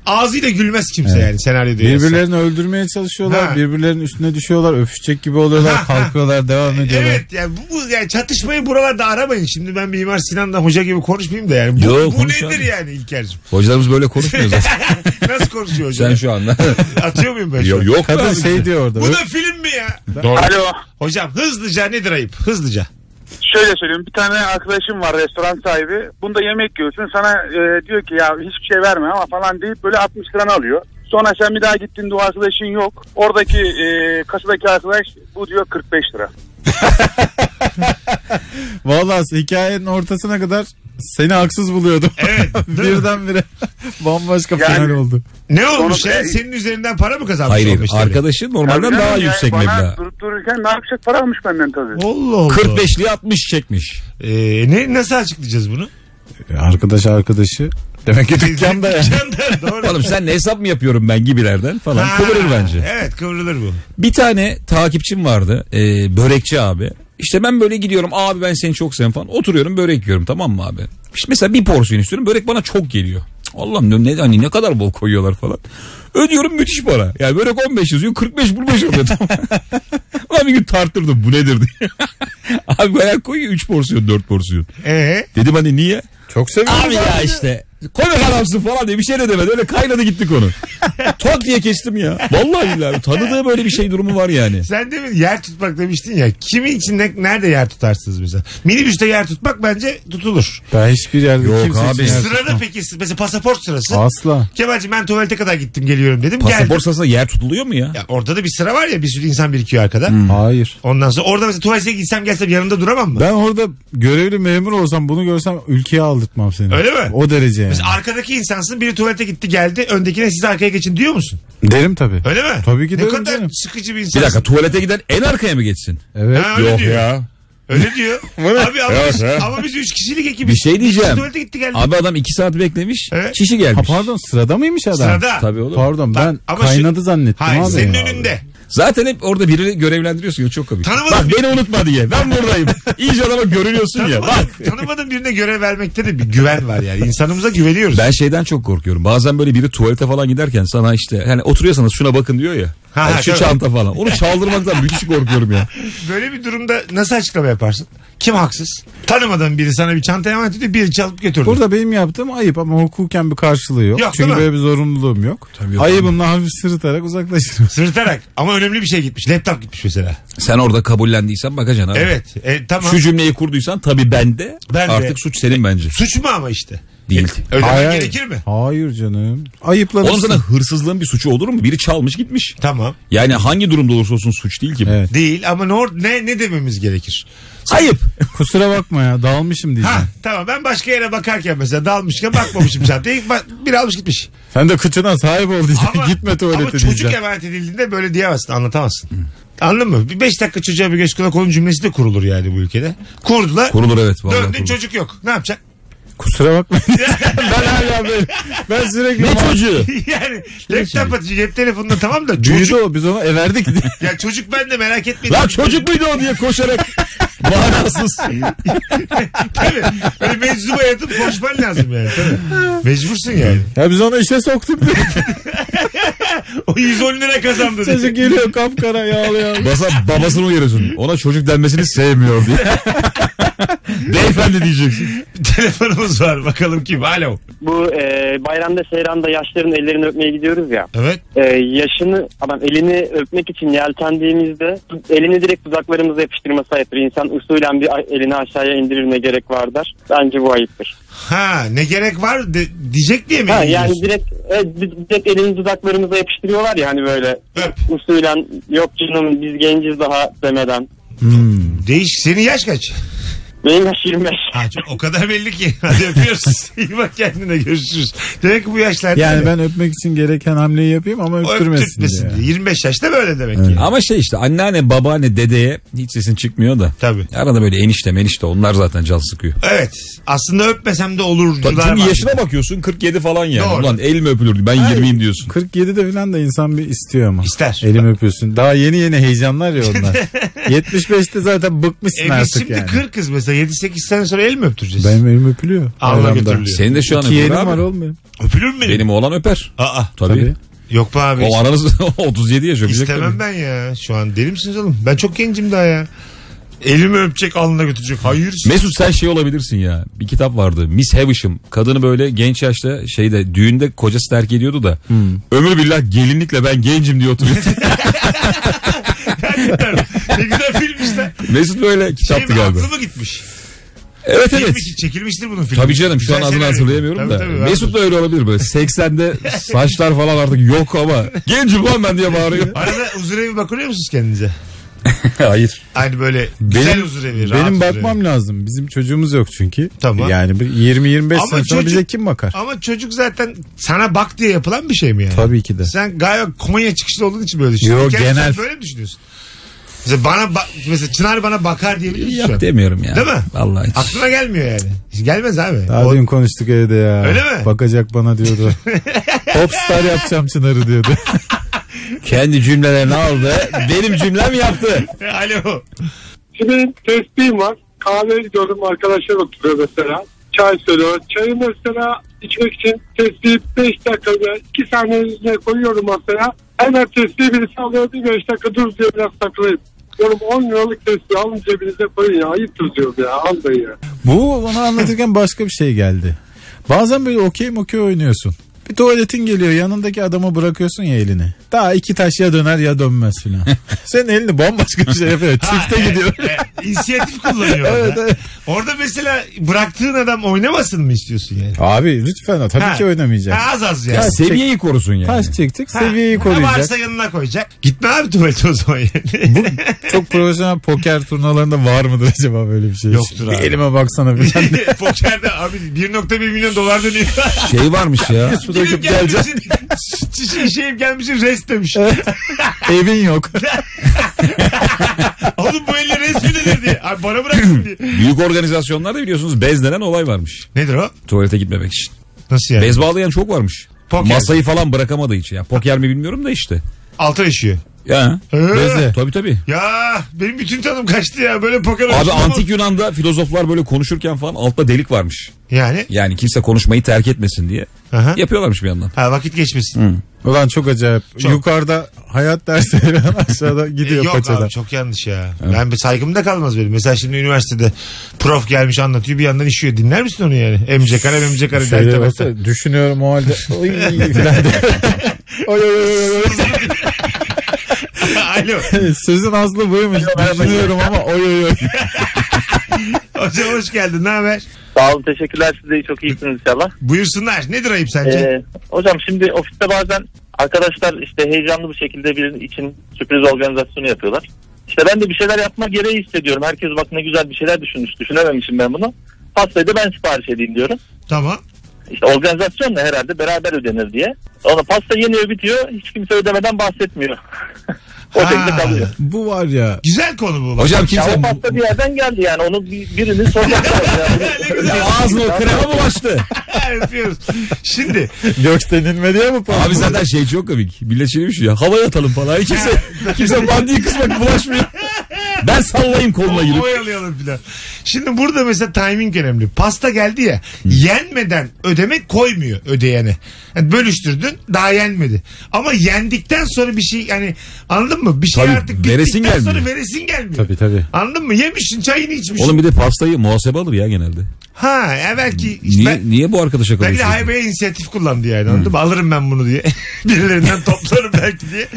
Speaker 2: ağzıyla gülmez kimse yani senaryoda yazsam.
Speaker 4: Birbirlerini öldürmeye çalışıyorlar.
Speaker 2: Ha.
Speaker 4: Birbirlerinin üstüne düşüyorlar. Öpüşecek gibi oluyorlar. kalkıyorlar devam ediyorlar.
Speaker 2: Evet yani bu, bu- yani çatışmayı buralarda aramayın. Şimdi ben Mimar Sinan'la hoca gibi konuşmayayım da yani. Bu,
Speaker 3: Yo,
Speaker 2: bu
Speaker 3: konuş
Speaker 2: nedir
Speaker 3: abi.
Speaker 2: yani İlker'cim?
Speaker 3: Hocalarımız böyle konuşmuyor zaten.
Speaker 2: Nasıl konuşuyor hocam?
Speaker 3: Sen şu anda.
Speaker 2: Atıyor muyum ben şu an?
Speaker 3: yok yok.
Speaker 4: Kadın
Speaker 3: abi.
Speaker 4: şey diyor orada.
Speaker 2: Bu da film mi ya?
Speaker 7: Alo.
Speaker 2: Hocam hızlıca nedir ayıp? Hızlıca.
Speaker 7: Şöyle söyleyeyim. Bir tane arkadaşım var restoran sahibi. Bunda yemek yiyorsun. Sana e, diyor ki ya hiçbir şey verme ama falan deyip böyle 60 liranı alıyor. Sonra sen bir daha gittiğinde o arkadaşın yok. Oradaki e, kasadaki arkadaş bu diyor 45 lira.
Speaker 4: Vallahi hikayenin ortasına kadar Seni haksız buluyordum.
Speaker 2: Evet. değil mi?
Speaker 4: Birdenbire bambaşka
Speaker 7: Yani-
Speaker 4: final oldu.
Speaker 2: Ne olmuş
Speaker 7: Onu-
Speaker 2: ya? Senin üzerinden para mı kazanmış?
Speaker 3: Hayır, hayır.
Speaker 2: 15 TL?
Speaker 3: arkadaşın normalden
Speaker 7: Tabii
Speaker 3: daha
Speaker 7: canım, yani
Speaker 3: yüksek
Speaker 7: bana
Speaker 3: meblağ.
Speaker 7: durup dururken daha yüksek para almış benden tabii.
Speaker 2: Allah Allah.
Speaker 3: 45'liye 60 çekmiş.
Speaker 2: Ee, ne, nasıl açıklayacağız bunu?
Speaker 4: E, Arkadaş arkadaşı. Demek ki dükkanda ya.
Speaker 2: Dükkanda, doğru.
Speaker 3: Oğlum sen ne hesap mı yapıyorum ben gibilerden falan.
Speaker 2: Ha,
Speaker 3: Kıvırır bence.
Speaker 2: Evet kıvrılır bu.
Speaker 3: Bir tane takipçim vardı. e, börekçi abi. İşte ben böyle gidiyorum abi ben seni çok seviyorum falan. Oturuyorum börek yiyorum tamam mı abi? İşte mesela bir porsiyon istiyorum. Börek bana çok geliyor. Cık, Allah'ım diyorum, ne, hani ne kadar bol koyuyorlar falan. Ödüyorum müthiş para. Yani börek 15 yazıyor 45 bulmuş oluyor tamam. Ulan bir gün tarttırdım bu nedir diye. abi bayağı koyuyor 3 porsiyon 4 porsiyon.
Speaker 2: Ee,
Speaker 3: Dedim hani niye?
Speaker 4: Çok seviyorum.
Speaker 3: Abi ya işte. Komik adamsın falan diye bir şey de demedi. Öyle kaynadı gitti konu. Tok diye kestim ya. Vallahi billahi. Tanıdığı böyle bir şey durumu var yani.
Speaker 2: sen demin yer tutmak demiştin ya. Kimin için ne- nerede yer tutarsınız mesela? Minibüste yer tutmak bence tutulur.
Speaker 4: Ben hiçbir yerde
Speaker 3: Yok
Speaker 4: kimse
Speaker 3: abi.
Speaker 4: için yer-
Speaker 2: Sırada peki mesela pasaport sırası.
Speaker 4: Asla.
Speaker 2: Kemal'cim ben tuvalete kadar gittim geliyorum dedim.
Speaker 3: Pasaport
Speaker 2: Geldim.
Speaker 3: sırasında yer tutuluyor mu ya?
Speaker 2: Ya orada da bir sıra var ya bir sürü insan birikiyor arkada.
Speaker 4: Hmm. Hayır.
Speaker 2: Ondan sonra orada mesela tuvalete gitsem gelsem yanında duramam mı?
Speaker 4: Ben orada görevli memur olsam bunu görsem ülkeye aldırtmam seni.
Speaker 2: Öyle mi?
Speaker 4: O derece yani.
Speaker 2: Mesela arkadaki insansın biri tuvalete gitti geldi öndekine siz arkaya geçin diyor musun?
Speaker 4: Derim tabii.
Speaker 2: Öyle mi?
Speaker 4: Tabii ki
Speaker 2: Ne
Speaker 4: derim
Speaker 2: kadar
Speaker 4: canım.
Speaker 2: sıkıcı bir
Speaker 3: Bir
Speaker 2: insansın.
Speaker 3: dakika tuvalete giden en arkaya mı geçsin?
Speaker 4: Evet.
Speaker 2: Ha, öyle diyor.
Speaker 3: ya.
Speaker 2: Öyle diyor. Abi ama,
Speaker 3: Yok
Speaker 2: biz,
Speaker 3: ya.
Speaker 2: ama biz üç kişilik ekibiz.
Speaker 3: Bir şey diyeceğim.
Speaker 2: Tuvalete gitti geldi.
Speaker 3: Abi adam iki saat beklemiş.
Speaker 2: Evet.
Speaker 3: Çişi
Speaker 4: Ha,
Speaker 3: gelmiş.
Speaker 4: pardon sırada mıymış adam?
Speaker 2: Sırada.
Speaker 3: Tabii oğlum.
Speaker 4: Pardon ben
Speaker 2: Ama şu-
Speaker 4: kaynadı zannettim
Speaker 2: Hayır
Speaker 4: abi.
Speaker 2: senin önünde.
Speaker 3: Zaten hep orada birini görevlendiriyorsun. ya, Çok komik.
Speaker 2: Tanımadım
Speaker 3: Bak
Speaker 2: bir-
Speaker 3: beni unutma diye. Ben buradayım. İyice adama görünüyorsun ya. Bak.
Speaker 2: Tanımadığın, tanımadığın birine görev vermekte de bir güven var yani. İnsanımıza güveniyoruz.
Speaker 3: Ben şeyden çok korkuyorum. Bazen böyle biri tuvalete falan giderken sana işte hani oturuyorsanız şuna bakın diyor ya.
Speaker 2: Ha,
Speaker 3: Hani şu
Speaker 2: tabii.
Speaker 3: çanta falan. Onu çaldırmaktan müthiş korkuyorum ya.
Speaker 2: Böyle bir durumda nasıl açıklama yaparsın? Kim haksız? Tanımadığın biri sana bir çanta emanet ediyor. Biri çalıp götürdü.
Speaker 4: Burada benim yaptığım ayıp ama hukuken bir karşılığı yok.
Speaker 2: Yok,
Speaker 4: Çünkü
Speaker 2: değil mi?
Speaker 4: böyle bir zorunluluğum yok.
Speaker 3: yok.
Speaker 4: Ayıbımla hafif sırıtarak uzaklaşırım.
Speaker 2: Sırıtarak. Ama önemli bir şey gitmiş. Laptop gitmiş mesela.
Speaker 3: Sen orada kabullendiysen bakacaksın abi.
Speaker 2: Evet. E, tamam.
Speaker 3: Şu cümleyi kurduysan tabii bende.
Speaker 2: Ben de.
Speaker 3: artık suç senin bence.
Speaker 2: Suç mu ama işte?
Speaker 3: Değil.
Speaker 2: Ödemen gerekir mi?
Speaker 4: Hayır canım. Ayıplanırsın.
Speaker 3: Oğlum sana hırsızlığın bir suçu olur mu? Biri çalmış gitmiş.
Speaker 2: Tamam.
Speaker 3: Yani hangi durumda olursa olsun suç değil ki. bu.
Speaker 4: Evet.
Speaker 2: Değil ama ne, or- ne, ne dememiz gerekir?
Speaker 3: Ayıp.
Speaker 4: Kusura bakma ya dalmışım diyeceğim.
Speaker 2: Ha tamam ben başka yere bakarken mesela dalmışken bakmamışım çantaya. Bak- Biri almış gitmiş.
Speaker 4: Sen de kıçına sahip ol diyeceğim.
Speaker 2: Ama,
Speaker 4: Gitme tuvalete
Speaker 2: ama çocuk
Speaker 4: diyeceğim.
Speaker 2: emanet edildiğinde böyle diyemezsin anlatamazsın. Anladın mı? Bir beş dakika çocuğa bir göz kulak olun cümlesi de kurulur yani bu ülkede. Kurdular.
Speaker 3: Kurulur evet. Vallahi
Speaker 2: Döndün
Speaker 3: kurulur.
Speaker 2: çocuk yok. Ne yapacak?
Speaker 4: Kusura bakma. ben hala böyle. Ben sürekli...
Speaker 3: Ne çocuğu?
Speaker 2: yani laptop atıcı cep telefonunda tamam da
Speaker 4: Büyüdü
Speaker 2: çocuk.
Speaker 4: o biz ona "E, everdik.
Speaker 2: ya çocuk ben de merak etmeyin.
Speaker 3: Lan çocuk muydu o diye koşarak. Manasız.
Speaker 2: Tabii. Böyle meczuba yatıp koşman lazım yani. Tabii. Mecbursun yani.
Speaker 4: ya biz onu işe soktuk.
Speaker 2: O 110 lira kazandı. diye.
Speaker 4: Çocuk geliyor kapkara yağlıyor.
Speaker 3: Basa babasını uyarıyorsun. Ona çocuk denmesini sevmiyor diye. Beyefendi diyeceksin.
Speaker 2: Telefonumuz var bakalım kim. Alo.
Speaker 8: Bu e, bayramda seyranda yaşların ellerini öpmeye gidiyoruz ya.
Speaker 2: Evet.
Speaker 8: E, yaşını adam elini öpmek için yeltendiğimizde elini direkt dudaklarımıza yapıştırması ayıptır. İnsan usulen bir a- elini aşağıya indirir ne gerek var der. Bence bu ayıptır.
Speaker 2: Ha ne gerek var de- diyecek diye mi?
Speaker 8: Ha, yani
Speaker 2: diyorsun?
Speaker 8: direkt, e, di- direkt elini dudaklarımıza yapıştırıyorlar ya hani böyle
Speaker 2: Öp.
Speaker 8: usulen yok canım biz genciz daha demeden.
Speaker 2: Değiş. Senin yaş kaç?
Speaker 8: Benim yaş 25.
Speaker 2: Ha, çok- o kadar belli ki. Hadi öpüyoruz. İyi bak kendine görüşürüz. Demek ki bu yaşlarda
Speaker 4: Yani
Speaker 2: öyle.
Speaker 4: ben öpmek için gereken hamleyi yapayım ama
Speaker 2: O
Speaker 4: öptürmesin,
Speaker 2: öptürtmesin
Speaker 4: diye.
Speaker 2: diye. 25 yaşta böyle demek ki.
Speaker 3: Ama şey işte anneanne babaanne dedeye hiç sesin çıkmıyor da.
Speaker 2: Tabii.
Speaker 3: Arada böyle enişte menişte onlar zaten can sıkıyor.
Speaker 2: Evet. Aslında öpmesem de olur.
Speaker 3: Tabii çünkü yaşına bakıyorsun 47 falan yani.
Speaker 2: Doğru.
Speaker 3: Ulan el mi öpülürdü ben 20'yim diyorsun.
Speaker 4: 47'de falan da insan bir istiyor ama.
Speaker 2: İster.
Speaker 4: Elim öpüyorsun. Daha yeni yeni heyecanlar ya onlar. 75'te zaten bıkmışsın
Speaker 2: E biz
Speaker 4: artık
Speaker 2: şimdi
Speaker 4: yani.
Speaker 2: 40 kız mesela 7-8 sene sonra el mi öptüreceğiz?
Speaker 4: Benim elim öpülüyor.
Speaker 2: Allah
Speaker 4: Bayramda.
Speaker 2: götürülüyor.
Speaker 3: Senin de şu an
Speaker 4: İki
Speaker 3: öpülür
Speaker 4: yeğenim
Speaker 3: abi.
Speaker 4: var oğlum benim.
Speaker 2: Öpülür mü benim?
Speaker 3: Benim oğlan öper.
Speaker 2: Aa,
Speaker 3: Tabii.
Speaker 4: Tabii.
Speaker 2: yok be abi.
Speaker 3: O aranız 37 yaş öpecek.
Speaker 2: İstemem
Speaker 3: tabii.
Speaker 2: ben ya. Şu an deli misiniz oğlum? Ben çok gencim daha ya. Elimi öpecek alnına götürecek. Hayır.
Speaker 3: Mesut sen şey olabilirsin ya. Bir kitap vardı. Miss Havisham. Kadını böyle genç yaşta şeyde düğünde kocası terk ediyordu da.
Speaker 2: Hmm.
Speaker 3: Ömür billah gelinlikle ben gencim diye oturuyor.
Speaker 2: ne güzel filmmiş lan.
Speaker 3: Mesut böyle
Speaker 2: Şey
Speaker 3: kitaptı
Speaker 2: Benim
Speaker 3: galiba.
Speaker 2: aklı mı gitmiş?
Speaker 3: Evet evet.
Speaker 2: Çekilmiş- çekilmiştir bunun filmi.
Speaker 3: Tabii canım şu
Speaker 2: Şey Güzel
Speaker 3: an adını
Speaker 2: senaryo.
Speaker 3: hatırlayamıyorum
Speaker 2: Tabii
Speaker 3: da.
Speaker 2: tabii, vardır.
Speaker 3: Mesut da öyle olabilir böyle. 80'de saçlar falan artık yok ama. Gencim lan ben diye bağırıyor.
Speaker 2: Arada huzur evi bakılıyor musunuz kendinize?
Speaker 3: Hayır.
Speaker 2: Hani böyle güzel
Speaker 4: Benim-
Speaker 2: huzur evi. rahat
Speaker 4: Benim
Speaker 2: huzur
Speaker 4: bakmam lazım. Bizim çocuğumuz yok çünkü.
Speaker 2: Tamam.
Speaker 4: Yani bir 20-25
Speaker 2: Ama
Speaker 4: sene sonra
Speaker 2: çocuk-
Speaker 4: bize kim bakar?
Speaker 2: evi. Ama çocuk zaten sana bak diye yapılan bir şey mi yani?
Speaker 4: Tabii ki de.
Speaker 2: Sen galiba Konya çıkışlı olduğun için böyle düşünüyorsun.
Speaker 4: Yo,
Speaker 2: Kendi
Speaker 4: genel.
Speaker 2: sen Böyle mi düşünüyorsun? Mesela bana bak- mesela Çınar bana bakar diyebilir misin? şu an?
Speaker 3: Yok demiyorum ya.
Speaker 2: Değil mi?
Speaker 3: Vallahi hiç.
Speaker 2: Aklına gelmiyor yani. Hiç Gelmez abi.
Speaker 4: Daha
Speaker 2: O-
Speaker 4: dün konuştuk evde ya.
Speaker 2: Öyle mi?
Speaker 4: Bakacak bana diyordu. Popstar yapacağım Çınar'ı diyordu.
Speaker 3: Kendi cümlelerini aldı. Benim cümlem yaptı.
Speaker 2: e, Alo.
Speaker 9: Şimdi tesbihim var. Kahve gidiyorum arkadaşlar oturuyor mesela. Çay söylüyor. Çayı mesela içmek için tesbih 5 dakikada 2 saniye üzerine koyuyorum masaya. Hemen tesbih birisi alıyor bir 5 dakika dur diyor biraz takılayım. Diyorum 10 liralık tesbih alın cebinize koyun ya. Ayıptır diyorum ya. Almayın ya.
Speaker 4: Bu onu anlatırken başka bir şey geldi. Bazen böyle okey mokey oynuyorsun. Bir tuvaletin geliyor yanındaki adama bırakıyorsun ya elini. Daha iki taş ya döner ya dönmez filan. Senin elini bambaşka bir şey yapıyor. Çifte gidiyor.
Speaker 2: İnisiyatif e, kullanıyor orada. Orada mesela bıraktığın adam oynamasın mı istiyorsun yani?
Speaker 4: Abi lütfen tabii
Speaker 2: Ha.
Speaker 4: ki oynamayacak.
Speaker 2: Ha, az az yani.
Speaker 3: Ya seviyeyi korusun yani.
Speaker 4: Taş çektik
Speaker 2: Ha,
Speaker 4: seviyeyi
Speaker 2: Ha
Speaker 4: koruyacak.
Speaker 2: varsa yanına koyacak. Gitme abi tuvalete o zaman yani.
Speaker 4: Çok profesyonel poker turnuvalarında var mıdır acaba böyle bir şey?
Speaker 2: Yoktur abi.
Speaker 4: Bir elime baksana bir tane.
Speaker 2: Pokerde abi 1.1 milyon dolar dönüyor.
Speaker 3: Şey varmış ya.
Speaker 4: Su
Speaker 2: Gidip
Speaker 4: döküp geleceğim.
Speaker 2: gelmişsin. Şişe şeyim gelmişsin rest demiş.
Speaker 4: Evin yok.
Speaker 2: Oğlum bu elle rest mi denir diye. Abi bana bıraksın diye.
Speaker 3: Büyük organizasyonlarda biliyorsunuz bez denen olay varmış.
Speaker 2: Nedir o?
Speaker 3: Tuvalete gitmemek için.
Speaker 2: Nasıl yani?
Speaker 3: Bez bağlayan çok varmış.
Speaker 2: Poker.
Speaker 3: Masayı falan bırakamadığı için. Ya, poker mi bilmiyorum da işte.
Speaker 2: Alta yaşıyor.
Speaker 3: Ya.
Speaker 4: Bezle.
Speaker 3: Tabii tabii.
Speaker 2: Ya benim bütün tadım kaçtı ya. Böyle poker
Speaker 3: Abi
Speaker 2: oynaşmam
Speaker 3: antik Yunan'da filozoflar böyle konuşurken falan altta delik varmış.
Speaker 2: Yani.
Speaker 3: Yani kimse konuşmayı terk etmesin diye.
Speaker 2: Aha.
Speaker 3: Yapıyorlarmış bir yandan.
Speaker 2: Ha, vakit geçmesin.
Speaker 4: Ulan çok acayip.
Speaker 2: Çok. E,
Speaker 4: Yukarıda hayat dersleriyle aşağıda gidiyor
Speaker 2: Yok
Speaker 4: paçadan.
Speaker 2: abi çok yanlış ya. Ben bir saygım da kalmaz benim. Mesela şimdi üniversitede prof gelmiş anlatıyor bir yandan işiyor. Dinler misin onu yani? Emce kare memce kare der
Speaker 4: Şeyler
Speaker 2: tabakta.
Speaker 4: Şey, olsa düşünüyorum o halde. Oy, falan diye. Oy, oy, oy, oy,
Speaker 2: Alo.
Speaker 4: oy. Sözün aslı buymuş. düşünüyorum ama oy oy oy.
Speaker 2: Hocam hoş geldin. Ne haber?
Speaker 8: Sağ olun teşekkürler size çok iyisiniz inşallah.
Speaker 2: Buyursunlar. Nedir ayıp sence?
Speaker 8: Ee, hocam şimdi ofiste bazen arkadaşlar işte heyecanlı bir şekilde birinin için sürpriz organizasyonu yapıyorlar. İşte ben de bir şeyler yapma gereği hissediyorum. Herkes bak ne güzel bir şeyler düşünmüş. Düşünememişim ben bunu. Pastayı da ben sipariş edeyim diyorum.
Speaker 2: Tamam.
Speaker 8: İşte organizasyonla herhalde beraber ödenir diye. Ona pasta yeniyor bitiyor. Hiç kimse ödemeden bahsetmiyor. o
Speaker 2: Ha.
Speaker 8: şekilde kalıyor.
Speaker 4: Bu var ya.
Speaker 2: Güzel konu bu.
Speaker 3: Hocam
Speaker 8: Ya
Speaker 3: kimse
Speaker 8: o pasta bir yerden geldi yani. Onu bir- birinin sormak lazım. Yani.
Speaker 3: ağzına o krema bulaştı.
Speaker 2: Öpüyoruz. Şimdi
Speaker 4: Gökten inme diye mi?
Speaker 3: Abi zaten şey çok komik. Millet şey demiş ya havaya atalım falan. Kimse, kimse maddi kısmak bulaşmıyor. Ben sallayayım koluna girip.
Speaker 2: oyalayalım filan. Şimdi burada mesela timing önemli. Pasta geldi ya yenmeden ödemek koymuyor ödeyene. Yani bölüştürdün daha yenmedi. Ama yendikten sonra bir şey yani anladın mı? Bir şey
Speaker 3: Tabii,
Speaker 2: artık
Speaker 3: veresin
Speaker 2: bittikten sonra
Speaker 3: gelmiyor.
Speaker 2: veresin gelmiyor.
Speaker 4: Tabii tabii.
Speaker 2: Anladın mı? Yemişsin çayını içmişsin.
Speaker 3: Oğlum bir de pastayı muhasebe alır ya genelde.
Speaker 2: Ha ya belki işte
Speaker 3: Niye, şey
Speaker 2: ben,
Speaker 3: niye bu arkadaşa E,
Speaker 2: belki de
Speaker 3: konuşuyorsun?
Speaker 2: haybeye inisiyatif kullandı yani
Speaker 3: Hmm.
Speaker 2: anladın mı? Alırım ben bunu diye. Birilerinden toplarım belki diye.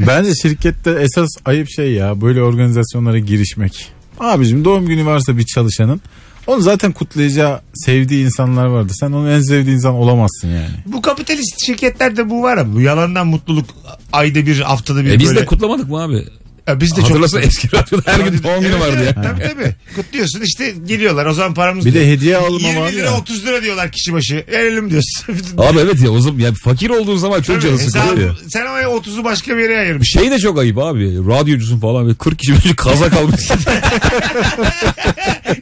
Speaker 4: Bence şirkette esas ayıp şey ya böyle organizasyonlara girişmek. Abicim doğum günü varsa bir çalışanın onu zaten kutlayacağı sevdiği insanlar vardır. Sen onun en sevdiği insan olamazsın yani.
Speaker 2: Bu kapitalist şirketlerde bu var ama bu yalandan mutluluk ayda bir haftada bir
Speaker 3: E biz
Speaker 2: böyle.
Speaker 3: de kutlamadık mı abi?
Speaker 2: Ya biz de çok
Speaker 3: Hatırlasana eski radyoda her gün doğum günü
Speaker 2: Evet,
Speaker 3: vardı
Speaker 2: evet,
Speaker 3: ya.
Speaker 2: Tabii tabii. Kutluyorsun işte geliyorlar o zaman paramız.
Speaker 4: Bir de
Speaker 2: diyor.
Speaker 4: hediye alma
Speaker 2: 20
Speaker 4: var
Speaker 2: lira
Speaker 4: ya.
Speaker 2: 30 lira diyorlar kişi başı. Verelim diyorsun.
Speaker 3: Abi evet ya o zaman ya fakir olduğun zaman çok
Speaker 2: e,
Speaker 3: canı sıkılıyor
Speaker 2: Hesabı-
Speaker 3: ya.
Speaker 2: Sen ama 30'u başka bir yere ayırmış.
Speaker 3: Şey de çok ayıp abi. Radyocusun falan ve 40 kişi böyle kazak almış.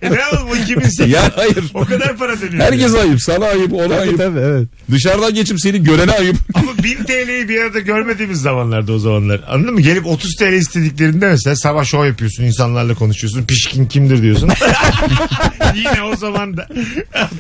Speaker 2: E ne yapalım bu 2008?
Speaker 3: ya hayır.
Speaker 2: O kadar para dönüyor.
Speaker 3: Herkes ayıp. Sana ayıp, ona
Speaker 4: Tabii
Speaker 3: ayıp.
Speaker 4: tabii evet.
Speaker 3: Dışarıdan geçip seni görene ayıp.
Speaker 2: Ama 1000 TL'yi bir arada görmediğimiz zamanlarda o zamanlar. Anladın mı? Gelip 30 TL istediklerinde mesela sabah şov yapıyorsun. insanlarla konuşuyorsun. Pişkin kimdir diyorsun. Yine o zaman da.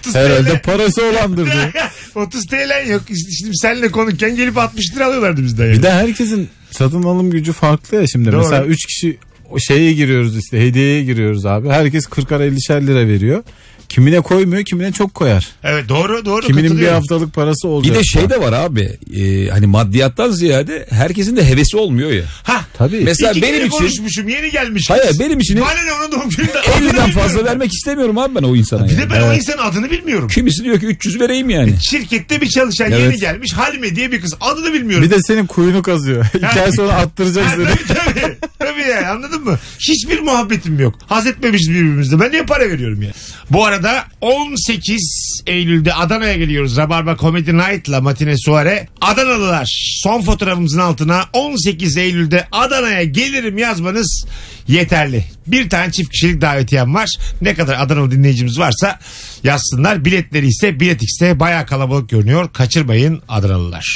Speaker 2: 30
Speaker 4: Herhalde
Speaker 2: TL.
Speaker 4: parası olandır diyor.
Speaker 2: 30 TL yok. İşte Şimdi seninle konuşken gelip 60 lira alıyorlardı bizden. Yani.
Speaker 4: Bir de herkesin satın alım gücü farklı ya şimdi.
Speaker 2: Doğru.
Speaker 4: Mesela 3 kişi o şeye giriyoruz işte hediyeye giriyoruz abi. Herkes 40'ar 50'şer lira veriyor. Kimine koymuyor kimine çok koyar.
Speaker 2: Evet doğru doğru.
Speaker 4: Kiminin bir
Speaker 2: katılıyorum.
Speaker 4: haftalık parası
Speaker 3: Bir
Speaker 4: olacak.
Speaker 3: de şey de var abi. e, hani maddiyattan ziyade herkesin de hevesi olmuyor ya.
Speaker 2: Hah.
Speaker 4: Tabii.
Speaker 3: Mesela
Speaker 2: İki
Speaker 3: benim
Speaker 2: kere
Speaker 3: için
Speaker 2: konuşmuşum yeni gelmiş. kız.
Speaker 3: Hayır benim için
Speaker 2: Bana ne onun doğum gününde?
Speaker 3: 50'den fazla vermek istemiyorum abi ben o insana.
Speaker 2: Bir
Speaker 3: yani.
Speaker 2: de ben o insanın adını bilmiyorum.
Speaker 3: Kimisi diyor ki 300 vereyim yani.
Speaker 2: Şirkette bir çalışan
Speaker 3: Evet.
Speaker 2: yeni gelmiş Halime diye bir kız adını bilmiyorum.
Speaker 4: Bir de senin kuyunu kazıyor. İki ay sonra attıracak
Speaker 2: Ha,
Speaker 4: seni.
Speaker 2: tabii tabii. Tabii yani anladın mı? Hiçbir muhabbetim yok. Haz etmemişiz birbirimizle. Ben niye para veriyorum ya? Bu arada 18 Eylül'de Adana'ya geliyoruz. Rabarba Comedy Night'la Matine Suare. Adanalılar son fotoğrafımızın altına 18 Eylül'de Adana'ya gelirim yazmanız yeterli. Bir tane çift kişilik davetiyem var. Ne kadar Adanalı dinleyicimiz varsa yazsınlar. Biletleri ise Bilet X'te baya kalabalık görünüyor. Kaçırmayın Adanalılar.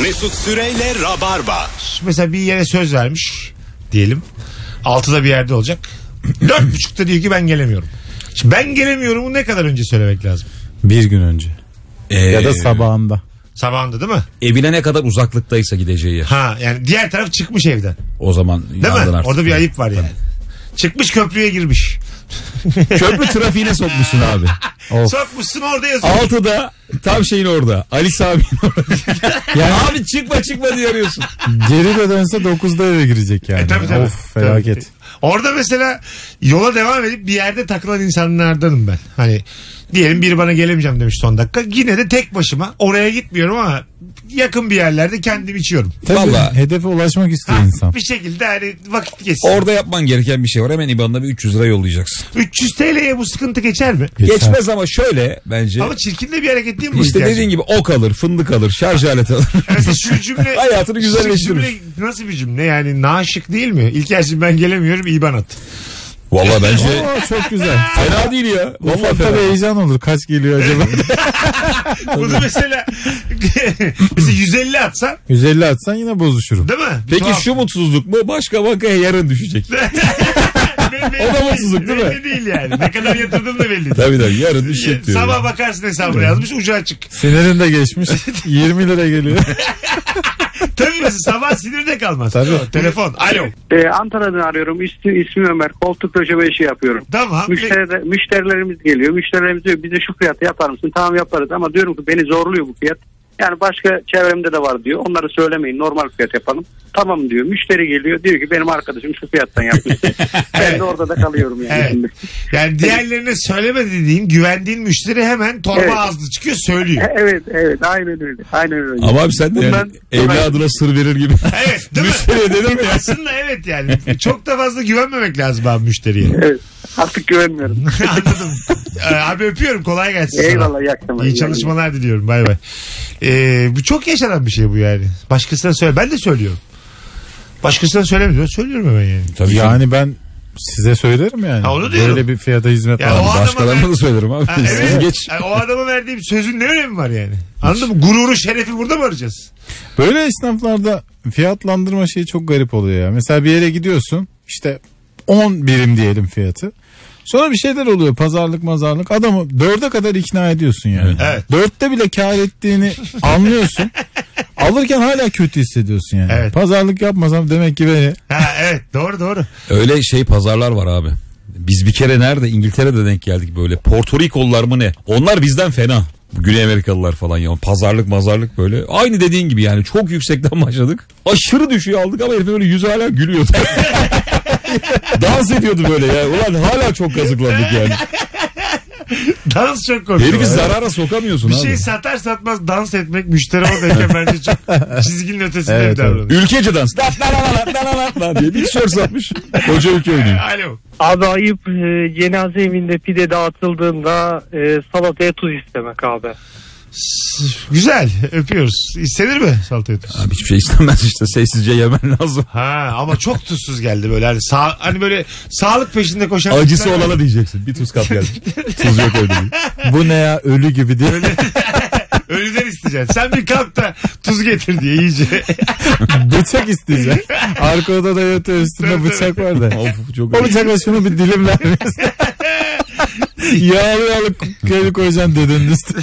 Speaker 1: Mesut Süreyle Rabarba.
Speaker 2: mesela bir yere söz vermiş diyelim. Altıda bir yerde olacak. Dört buçukta diyor ki ben gelemiyorum. Şimdi ben gelemiyorumu ne kadar önce söylemek lazım?
Speaker 4: Bir gün önce. ya da
Speaker 3: Ee,
Speaker 4: sabahında.
Speaker 2: Sabahında değil mi?
Speaker 3: Evine ne kadar uzaklıktaysa gideceği yer.
Speaker 2: Ha yani diğer taraf çıkmış evden.
Speaker 3: O zaman
Speaker 2: Değil
Speaker 3: yandın
Speaker 2: mi?
Speaker 3: artık.
Speaker 2: Orada bir ayıp var yani. Çıkmış köprüye girmiş.
Speaker 3: Köprü trafiğine sokmuşsun abi.
Speaker 2: Sokmuşsun orada yazıyor.
Speaker 3: Altıda tam şeyin orada. Ali Sami'nin orada. yani, abi çıkma çıkma diye arıyorsun.
Speaker 4: Geri de dönse 9'da eve girecek yani.
Speaker 2: E, tabii, tabii.
Speaker 4: Of felaket.
Speaker 2: Tabii. Orada mesela yola devam edip bir yerde takılan insanlardanım ben. Hani diyelim biri bana gelemeyeceğim demiş son dakika. Yine de tek başıma oraya gitmiyorum ama yakın bir yerlerde kendim içiyorum.
Speaker 4: Tabii,
Speaker 3: Vallahi.
Speaker 4: hedefe ulaşmak istiyor insan.
Speaker 2: Bir şekilde hani vakit geçsin.
Speaker 3: Orada yapman gereken bir şey var. Hemen IBAN'da bir 300 lira yollayacaksın.
Speaker 2: 300 TL'ye bu sıkıntı geçer mi?
Speaker 4: Geçer.
Speaker 3: Geçmez ama şöyle bence.
Speaker 2: Ama çirkin de bir hareket değil mi bu?
Speaker 3: işte
Speaker 2: İlker'cim?
Speaker 3: dediğin gibi ok alır, fındık alır, şarj aleti alır.
Speaker 2: Mesela şu cümle...
Speaker 3: Hayatını güzelleştirir.
Speaker 2: şu cümle Nasıl bir cümle yani naşık değil mi? İlker'cim ben gelemiyorum İban at.
Speaker 3: Valla bence
Speaker 4: Oo, çok güzel.
Speaker 3: fena değil ya. Valla
Speaker 4: Ufak da
Speaker 3: fena.
Speaker 4: bir heyecan olur. Kaç geliyor acaba?
Speaker 2: Bunu mesela mesela 150 atsan
Speaker 4: 150 atsan yine bozuşurum.
Speaker 2: değil mi?
Speaker 3: Peki
Speaker 2: Tuhaf.
Speaker 3: şu mutsuzluk mu? Başka bankaya yarın düşecek.
Speaker 2: Belli
Speaker 3: o da
Speaker 2: değil,
Speaker 3: mutsuzluk değil mi?
Speaker 2: Belli değil yani. Ne kadar yatırdım da belli değil.
Speaker 3: tabii tabii yarın düşecek diyor.
Speaker 2: Sabah bakarsın hesabına yazmış ucu açık.
Speaker 4: Sinirin de geçmiş. 20 lira geliyor.
Speaker 2: Tabii mesela sabah sinirde kalmaz.
Speaker 4: Tabii.
Speaker 2: Telefon. Alo.
Speaker 5: Ee, Antalya'dan arıyorum. İsmi, ismim Ömer. Koltuk döşeme işi yapıyorum.
Speaker 2: Tamam.
Speaker 5: Müşteri, müşterilerimiz geliyor. Müşterilerimiz diyor bize şu fiyatı yapar mısın? Tamam yaparız ama diyorum ki beni zorluyor bu fiyat. Yani başka çevremde de var diyor. Onları söylemeyin normal fiyat yapalım. Tamam diyor. Müşteri geliyor diyor ki benim arkadaşım şu fiyattan yapmıştı. ben de orada da kalıyorum yani.
Speaker 2: Evet.
Speaker 5: şimdi.
Speaker 2: Yani diğerlerine söyleme dediğin güvendiğin müşteri hemen torba
Speaker 5: Evet.
Speaker 2: ağzı çıkıyor söylüyor.
Speaker 5: Evet evet aynen öyle. Aynen öyle.
Speaker 3: Ama abi sen de yani
Speaker 5: Bundan-
Speaker 3: evladına sır verir gibi.
Speaker 2: Evet değil mi?
Speaker 3: Müşteriye dedim ya.
Speaker 2: Aslında evet yani. Çok da fazla güvenmemek lazım abi müşteriye.
Speaker 5: Evet. Artık güvenmiyorum.
Speaker 2: Anladım. Ee, abi öpüyorum kolay gelsin. sana.
Speaker 5: Eyvallah iyi akşamlar.
Speaker 2: İyi çalışmalar diliyorum bay bay. Ee, bu çok yaşanan bir şey bu yani. Başkasına söyle. Ben de söylüyorum. Başkasına söylemiyor. Söylüyorum hemen yani.
Speaker 3: Tabii
Speaker 4: yani ben size söylerim yani.
Speaker 2: Ha, onu diyorum.
Speaker 4: Böyle bir fiyata hizmet
Speaker 2: Ya
Speaker 4: var.
Speaker 2: o adama
Speaker 3: Başkalarına
Speaker 2: ben-
Speaker 3: da söylerim abi.
Speaker 2: Ha,
Speaker 3: Siz
Speaker 2: evet.
Speaker 3: geç.
Speaker 2: Ha, o adama verdiğim sözün ne önemi var yani? Anladın mı? Gururu, şerefi burada mı arayacağız?
Speaker 4: Böyle esnaflarda fiyatlandırma şeyi çok garip oluyor ya. Mesela bir yere gidiyorsun işte 10 birim diyelim fiyatı. Sonra bir şeyler oluyor pazarlık mazarlık adamı dörde kadar ikna ediyorsun yani.
Speaker 2: Evet.
Speaker 4: Dörtte bile kar ettiğini anlıyorsun. Alırken hala kötü hissediyorsun yani.
Speaker 2: Evet.
Speaker 4: Pazarlık yapmasam demek ki beni
Speaker 2: Ha evet doğru doğru.
Speaker 3: Öyle şey pazarlar var abi. Biz bir kere nerede İngiltere'de denk geldik böyle. Porto Rikolular mı ne? Onlar bizden fena. Bu Güney Amerikalılar falan ya. Pazarlık mazarlık böyle. Aynı dediğin gibi yani çok yüksekten başladık. Aşırı düşüyor aldık ama herif böyle yüzü hala gülüyordu. Dans ediyordu böyle ya. Ulan hala çok kazıklandık yani.
Speaker 2: Dans çok komik.
Speaker 3: Herifi
Speaker 2: Evet.
Speaker 3: zarara sokamıyorsun
Speaker 2: bir
Speaker 3: abi.
Speaker 2: şey satar satmaz dans etmek müşteri oradayken bence çok çizginin ötesinde
Speaker 4: Evet,
Speaker 2: bir davranış.
Speaker 3: Ülkece dans. Lan lan lan lan lan lan lan diye bir tişört satmış. Koca ülke oynuyor.
Speaker 2: E, Alo.
Speaker 10: Abi ayıp e, cenaze evinde pide dağıtıldığında e, salataya tuz istemek abi.
Speaker 2: Güzel öpüyoruz. İstenir mi salatayı tuz?
Speaker 3: Abi hiçbir şey istenmez işte sessizce yemen lazım.
Speaker 2: Ha ama çok tuzsuz geldi böyle. Hani, sağ, hani böyle sağlık peşinde koşan.
Speaker 3: Acısı
Speaker 2: insanlar-
Speaker 3: olana diyeceksin. Bir tuz kap geldi. Tuz yok öyle değil.
Speaker 4: bu ne ya ölü gibi diye
Speaker 2: Ölüden isteyeceksin. Sen bir kalk da tuz getir diye iyice.
Speaker 4: bıçak isteyecek. Arka odada yatıyor üstünde
Speaker 2: Tabii,
Speaker 4: bıçak var da.
Speaker 3: Of çok
Speaker 4: O bıçakla şunu bir dilim vermeyiz. yağlı yağlı köylü koyacaksın dedenin üstüne.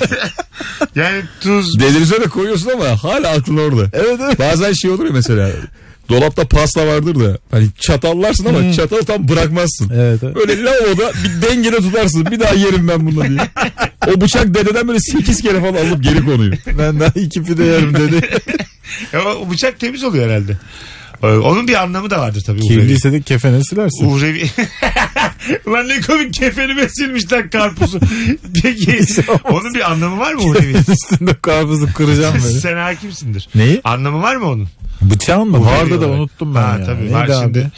Speaker 2: Yani tuz.
Speaker 3: Delirize de koyuyorsun ama hala aklın orada. Evet evet. Bazen şey olur ya mesela. Dolapta pasta vardır da hani çatallarsın ama çatalı tam bırakmazsın.
Speaker 4: Evet, evet.
Speaker 3: Böyle lavaboda bir dengede tutarsın. Bir daha yerim ben bunu diye. O bıçak dededen böyle 8 kere falan alıp geri konuyor.
Speaker 4: Ben daha iki pide yerim dedi.
Speaker 2: e, Ya, o bıçak temiz oluyor herhalde. Ee, Onun bir anlamı da vardır tabii. uhrevi.
Speaker 4: Kirliyse de kefene silersin.
Speaker 2: Uhrevi. Lan ne komik kefenime silmişler karpuzu. Peki onun bir anlamı var mı uhrevi?
Speaker 4: Üstünde karpuzu kıracağım böyle.
Speaker 2: Sen hakimsindir.
Speaker 4: Neyi?
Speaker 2: Anlamı var mı onun?
Speaker 4: Bıçağın mı?
Speaker 2: Uhrevi
Speaker 4: Vardı da
Speaker 2: olarak.
Speaker 4: unuttum ben
Speaker 2: ha,
Speaker 4: ya.
Speaker 2: Tabii
Speaker 4: Neydi
Speaker 2: var
Speaker 4: abi?
Speaker 2: şimdi.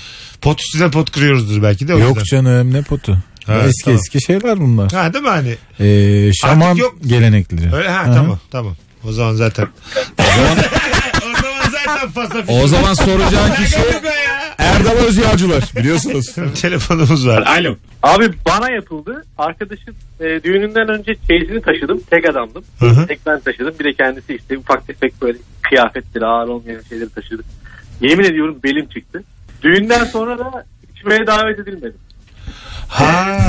Speaker 2: Pot üstüne pot kırıyoruzdur belki de. o
Speaker 4: Yok
Speaker 2: yüzden.
Speaker 4: canım ne potu.
Speaker 2: Ha,
Speaker 4: eski
Speaker 2: tamam.
Speaker 4: eski şeyler bunlar.
Speaker 2: Ha değil mi hani?
Speaker 4: Ee, şaman
Speaker 2: Artık yok.
Speaker 4: gelenekleri.
Speaker 2: Öyle ha
Speaker 4: Hı hı.
Speaker 2: tamam tamam. O zaman zaten. o zaman zaten fazla fikir.
Speaker 3: O zaman soracağın kişi
Speaker 2: Yok be ya.
Speaker 3: Erdal Özyağcılar biliyorsunuz.
Speaker 2: Telefonumuz var. Alo.
Speaker 10: Abi bana yapıldı. Arkadaşın e, düğününden önce çeyizini taşıdım. Tek adamdım.
Speaker 2: Hı hı.
Speaker 10: Tek ben taşıdım. Bir de kendisi işte ufak tefek böyle kıyafetleri ağır olmayan şeyleri taşıdı. Yemin ediyorum belim çıktı. Düğünden sonra da içmeye davet edilmedim.
Speaker 2: Ha.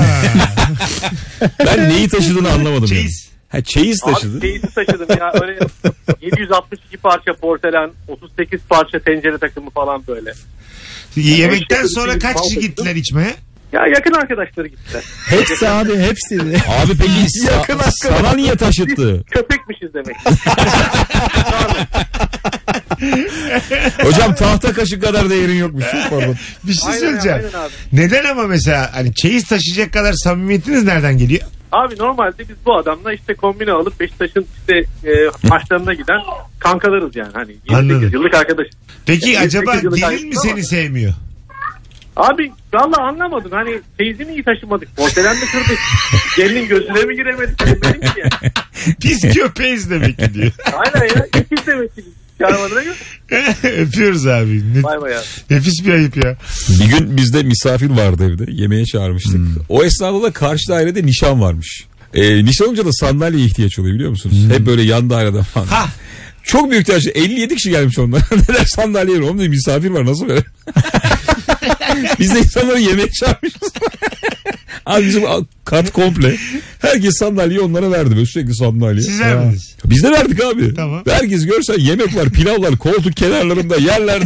Speaker 3: Ben neyi taşıdığını anlamadım. yani.
Speaker 2: Çeyiz.
Speaker 3: Ha, çeyiz taşıdı.
Speaker 10: Abi çeyizi taşıdım ya. Öyle 762 parça porselen, 38 parça tencere takımı falan böyle.
Speaker 2: Yemekten sonra kaç kişi gittiler içmeye?
Speaker 10: Ya yakın arkadaşları gittiler.
Speaker 4: Hepsi abi hepsi.
Speaker 3: Abi peki sa- sana niye taşıttı?
Speaker 10: Köpekmişiz demek.
Speaker 3: Hocam tahta kaşık kadar değerin yokmuş. Çok pardon.
Speaker 2: Bir şey
Speaker 10: Aynen,
Speaker 2: söyleyeceğim.
Speaker 10: aynen abi.
Speaker 2: Neden ama mesela hani çeyiz taşıyacak kadar samimiyetiniz nereden geliyor?
Speaker 10: Abi normalde biz bu adamla işte kombine alıp Beşiktaş'ın işte e, maçlarına giden kankalarız yani. Hani 28
Speaker 2: Anladım.
Speaker 10: yıllık arkadaş.
Speaker 2: Peki
Speaker 10: Yani
Speaker 2: acaba
Speaker 10: 28 yıllık
Speaker 2: gelin
Speaker 10: ayrısın
Speaker 2: mi
Speaker 10: ama-
Speaker 2: seni sevmiyor?
Speaker 10: Abi valla anlamadım. Hani teyzini iyi taşımadık. Porselen mi kırdık? Gelin gözüne mi giremedik? Bilmiyorum ki yani.
Speaker 2: Biz köpeğiz demek ki diyor.
Speaker 10: Aynen ya. İkiz demek ki. Çağırmadığına göre.
Speaker 2: Öpüyoruz abi. Ne-
Speaker 10: Bay bay abi.
Speaker 2: nefis bir ayıp ya.
Speaker 3: Bir gün bizde misafir vardı evde. Yemeğe çağırmıştık. O esnada da karşı dairede nişan varmış. E, nişan olunca da sandalyeye ihtiyaç oluyor biliyor musunuz? Hep böyle yan daireden falan.
Speaker 2: Ha.
Speaker 3: Çok büyük tercih. 57 kişi gelmiş onlar. Neler sandalye var. Oğlum dedim, misafir var nasıl böyle? Biz de insanları yemeğe çağırmışız. Abi bizim kat komple. Herkes sandalyeyi onlara verdi. Böyle sürekli sandalye.
Speaker 2: Siz vermediniz.
Speaker 3: Biz de verdik abi.
Speaker 2: Tamam.
Speaker 3: Herkes görse yemek var, pilav var, koltuk kenarlarında, yerlerde.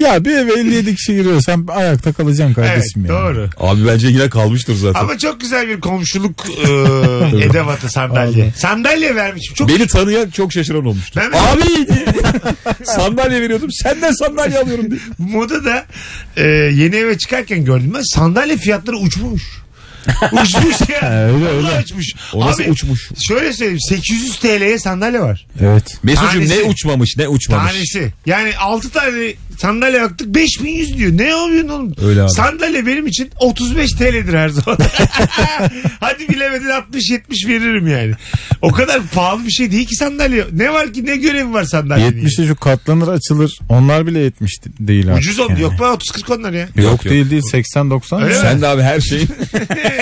Speaker 4: ya bir eve 57 kişi giriyor. Sen ayakta kalacaksın
Speaker 2: Evet
Speaker 4: kardeşim ya.
Speaker 2: doğru.
Speaker 3: Abi bence yine kalmıştır zaten.
Speaker 2: Ama çok güzel bir komşuluk e, edevatı sandalye. Sandalye vermişim. Çok
Speaker 3: Beni tanıyan çok şaşıran olmuştu.
Speaker 2: Ben-
Speaker 3: Abi sandalye veriyordum senden sandalye alıyorum diye.
Speaker 2: moda da e, yeni eve çıkarken gördüm ben sandalye fiyatları uçmuş. uçmuş ya.
Speaker 4: Öyle, öyle.
Speaker 2: Vallahi uçmuş.
Speaker 3: O nasıl
Speaker 2: Abi,
Speaker 3: uçmuş?
Speaker 2: Şöyle söyleyeyim 800 TL'ye sandalye var.
Speaker 4: Evet.
Speaker 3: Mesut'cum
Speaker 2: Tanesi.
Speaker 3: ne uçmamış ne uçmamış.
Speaker 2: Tanesi. Yani 6 tane sandalye baktık 5100 diyor. Ne yapıyorsun oğlum?
Speaker 3: Öyle abi.
Speaker 2: Sandalye benim için 35 TL'dir her zaman. Hadi bilemedin 60-70 veririm yani. O kadar pahalı bir şey değil ki sandalye. Ne var ki ne görevi var sandalyenin?
Speaker 4: 70'i şu katlanır açılır. Onlar bile 70 değil artık.
Speaker 2: Ucuz oldu.
Speaker 4: yani.
Speaker 2: Yok be 30-40 onlar ya.
Speaker 4: Yok,
Speaker 3: Yok, yok.
Speaker 4: değil değil 80-90.
Speaker 2: Öyle
Speaker 4: Sen-
Speaker 3: Sen de abi her şeyin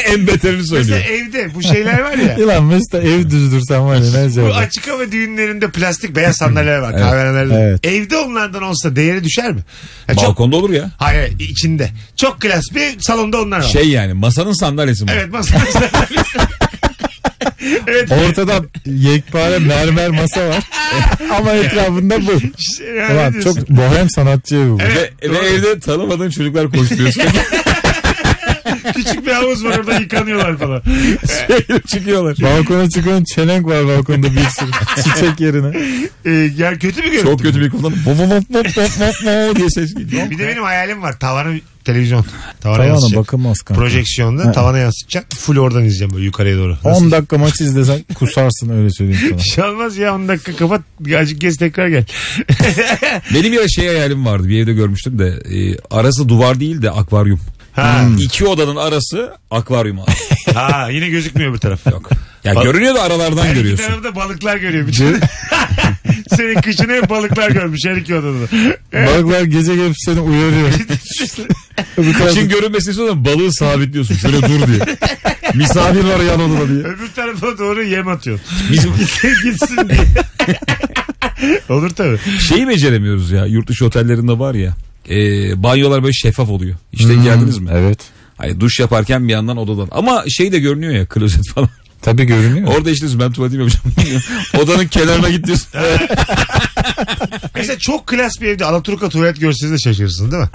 Speaker 3: en beterini
Speaker 2: Mesela
Speaker 3: söylüyor.
Speaker 2: evde bu şeyler var ya.
Speaker 4: Yılan Mesut da ev düzdürsen var ya ne
Speaker 2: Bu
Speaker 4: acaba?
Speaker 2: açık hava düğünlerinde plastik beyaz sandalyeler var kahvelerde.
Speaker 4: Evet.
Speaker 2: Evde onlardan olsa değeri düşer mi? Ya çok,
Speaker 3: Balkonda olur ya.
Speaker 2: hayır hayır, içinde. Çok klas bir salonda onlar var.
Speaker 3: Şey yani masanın sandalyesi bu.
Speaker 2: Evet masa sandalyesi. evet.
Speaker 4: Ortada yekpare mermer masa var. Ama etrafında bu.
Speaker 2: Şey, yani
Speaker 4: Ulan
Speaker 2: diyorsun.
Speaker 4: çok bohem sanatçı evi bu.
Speaker 2: Evet,
Speaker 3: Ve, ve evde tanımadığın çocuklar koşturuyorsun.
Speaker 2: Küçük bir havuz var orada yıkanıyorlar falan.
Speaker 3: çıkıyorlar.
Speaker 4: Balkona çıkıyorsun çelenk var balkonda bir sürü. Çiçek yerine.
Speaker 2: Ee, ya kötü bir görüntü.
Speaker 3: Çok kötü bir kullanım. Bom bom bom bom bom bom diye ses geliyor.
Speaker 2: Bir de benim hayalim var. Tavanı televizyon. Tavana
Speaker 4: Tavana
Speaker 2: yansıtacak.
Speaker 4: bakılmaz kanka.
Speaker 2: Projeksiyonda
Speaker 4: Ha.
Speaker 2: tavana yansıtacak. Full oradan izleyeceğim böyle yukarıya doğru. Nasıl?
Speaker 4: 10 dakika maç izlesen kusarsın öyle söyleyeyim sana.
Speaker 2: Bir şey olmaz ya 10 dakika kapat. Azıcık gez tekrar gel.
Speaker 3: Benim bir şey hayalim vardı. Bir evde görmüştüm de. e, arası duvar değil de akvaryum.
Speaker 2: Ha.
Speaker 3: İki odanın arası akvaryum abi.
Speaker 2: ha yine gözükmüyor bir taraf. Yok.
Speaker 3: Ya
Speaker 2: Bak-
Speaker 3: görünüyor da aralardan
Speaker 2: Her iki
Speaker 3: görüyorsun.
Speaker 2: tarafta balıklar görüyor bütün. Senin kışını hep balıklar görmüş her iki odada. da.
Speaker 4: Balıklar gece gelip seni uyarıyor. Öbür tarafta
Speaker 3: Kışın görünmesini istiyorsan balığı sabitliyorsun. Şöyle dur diye. Misafir var yan odada diye.
Speaker 2: Öbür tarafa doğru yem atıyor.
Speaker 3: Biz
Speaker 2: Gitsin diye. Olur tabii.
Speaker 3: şeyi beceremiyoruz ya. Yurt dışı otellerinde var ya. E, banyolar böyle şeffaf oluyor. İşte geldiniz mi?
Speaker 4: Evet.
Speaker 3: Hani duş yaparken bir yandan odadan. Ama şey de görünüyor ya klozet falan.
Speaker 4: Tabii görünüyor.
Speaker 3: Orada işte ben tuvaletimi yapacağım. Odanın kenarına git diyorsun.
Speaker 2: Mesela çok klas bir evde Alaturka tuvalet görseniz de şaşırırsınız değil mi?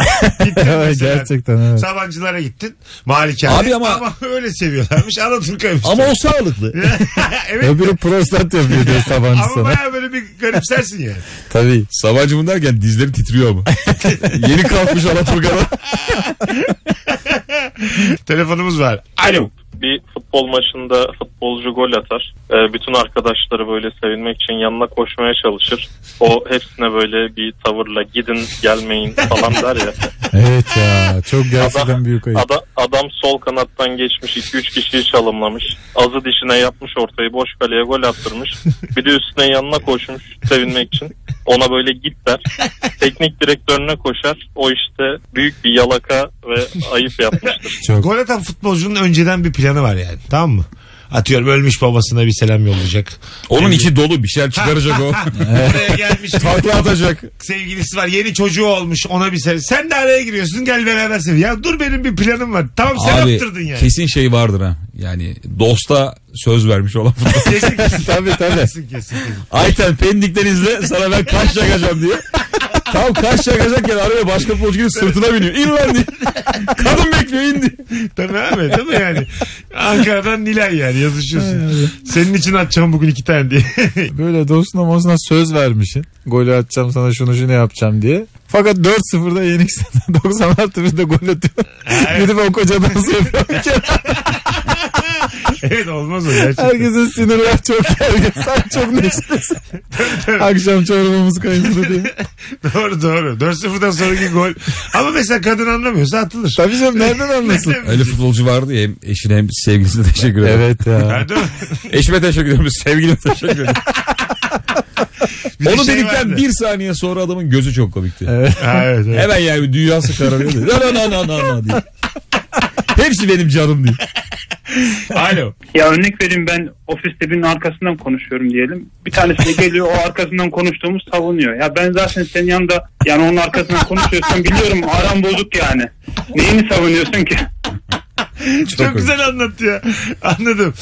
Speaker 2: Gittin
Speaker 4: Evet,
Speaker 2: mesela,
Speaker 4: gerçekten evet.
Speaker 2: Sabancılara gittin. Malikane.
Speaker 3: Abi ama-
Speaker 2: öyle seviyorlarmış. Alaturka'ymış.
Speaker 3: Ama o sağlıklı.
Speaker 2: evet.
Speaker 4: Öbürü prostat yapıyor diyor Sabancı
Speaker 2: Ama
Speaker 4: sana.
Speaker 2: baya böyle bir garipsersin yani.
Speaker 4: Tabii.
Speaker 3: Sabancımın derken dizleri titriyor ama. Yeni kalkmış Alaturka'da.
Speaker 2: Telefonumuz var. Alo.
Speaker 10: bir futbol maçında futbolcu gol atar. Ee, bütün arkadaşları böyle sevinmek için yanına koşmaya çalışır. O hepsine böyle bir tavırla gidin gelmeyin falan der ya.
Speaker 4: Evet ya çok gerçekten büyük ayıp.
Speaker 10: Ada- adam sol kanattan geçmiş 2-3 kişiyi çalımlamış. Azı dişine yapmış ortayı boş kaleye gol attırmış. Bir de üstüne yanına koşmuş sevinmek için. Ona böyle git der. Teknik direktörüne koşar. O işte büyük bir yalaka ve ayıp yapmıştır.
Speaker 2: Gol atan futbolcunun önceden bir planı var yani. Tamam mı? Atıyorum ölmüş babasına bir selam yollayacak.
Speaker 3: Onun içi dolu bir şeyler çıkaracak o.
Speaker 2: Oraya gelmiş.
Speaker 3: Takla atacak.
Speaker 2: sevgilisi var. Yeni çocuğu olmuş. Ona bir selam. Sen de araya giriyorsun. Gel beraber sev. Ya dur benim bir planım var. Tamam sen
Speaker 3: Abi
Speaker 2: yaptırdın yani.
Speaker 3: kesin şey vardır ha. Yani dosta söz vermiş olan.
Speaker 2: Kesin kesin.
Speaker 4: Tabii tabii.
Speaker 2: kesin kesin. kesin.
Speaker 3: Ayten Pendik'ten izle sana ben kaş yakacağım diye. Tam kaş yakacakken araya başka futbolcu gibi sırtına biniyor. İn lan diye. Kadın bekliyor indi.
Speaker 2: Tabii abi değil mi yani? Ankara'dan Nilay yani yazışıyorsun. Senin için atacağım bugün iki tane diye.
Speaker 4: Böyle dostuna mosuna söz vermişsin. Golü atacağım sana şunu şunu yapacağım diye. Fakat 4-0'da yeniksin. 96 1'de gol atıyor. Gidip o şey koca dansı yapıyor. bir kere.
Speaker 2: evet olmaz o gerçekten.
Speaker 4: Herkesin sinirler çok gergin. Sen çok neşelisin. Akşam çorbamız kaynadı diye.
Speaker 2: doğru doğru. 4-0'dan sonraki gol. Ama mesela kadın anlamıyorsa atılır.
Speaker 4: Tabii canım nereden anlasın?
Speaker 3: Öyle futbolcu vardı ya hem eşine hem sevgilisine teşekkür ederim.
Speaker 4: evet ya.
Speaker 2: Ha, değil mi?
Speaker 3: Eşime teşekkür ederim, sevgilime teşekkür ederim.
Speaker 2: Bir de
Speaker 3: Onu
Speaker 2: şey
Speaker 3: dedikten
Speaker 2: vardı.
Speaker 3: bir saniye sonra adamın gözü çok komikti.
Speaker 2: Ha, evet, evet.
Speaker 3: Hemen yani bir dünyası kararıyor. diye. Na na na na na diye. Hepsi benim canım diye.
Speaker 2: Alo.
Speaker 5: Ya örnek vereyim ben ofiste birinin arkasından konuşuyorum diyelim. Bir tanesi de geliyor o arkasından konuştuğumuz savunuyor. Ya ben zaten senin yanında yani onun arkasından konuşuyorsan biliyorum aram bozuk yani. Neyini savunuyorsun ki?
Speaker 2: Çok, güzel anlattı ya. Anladım.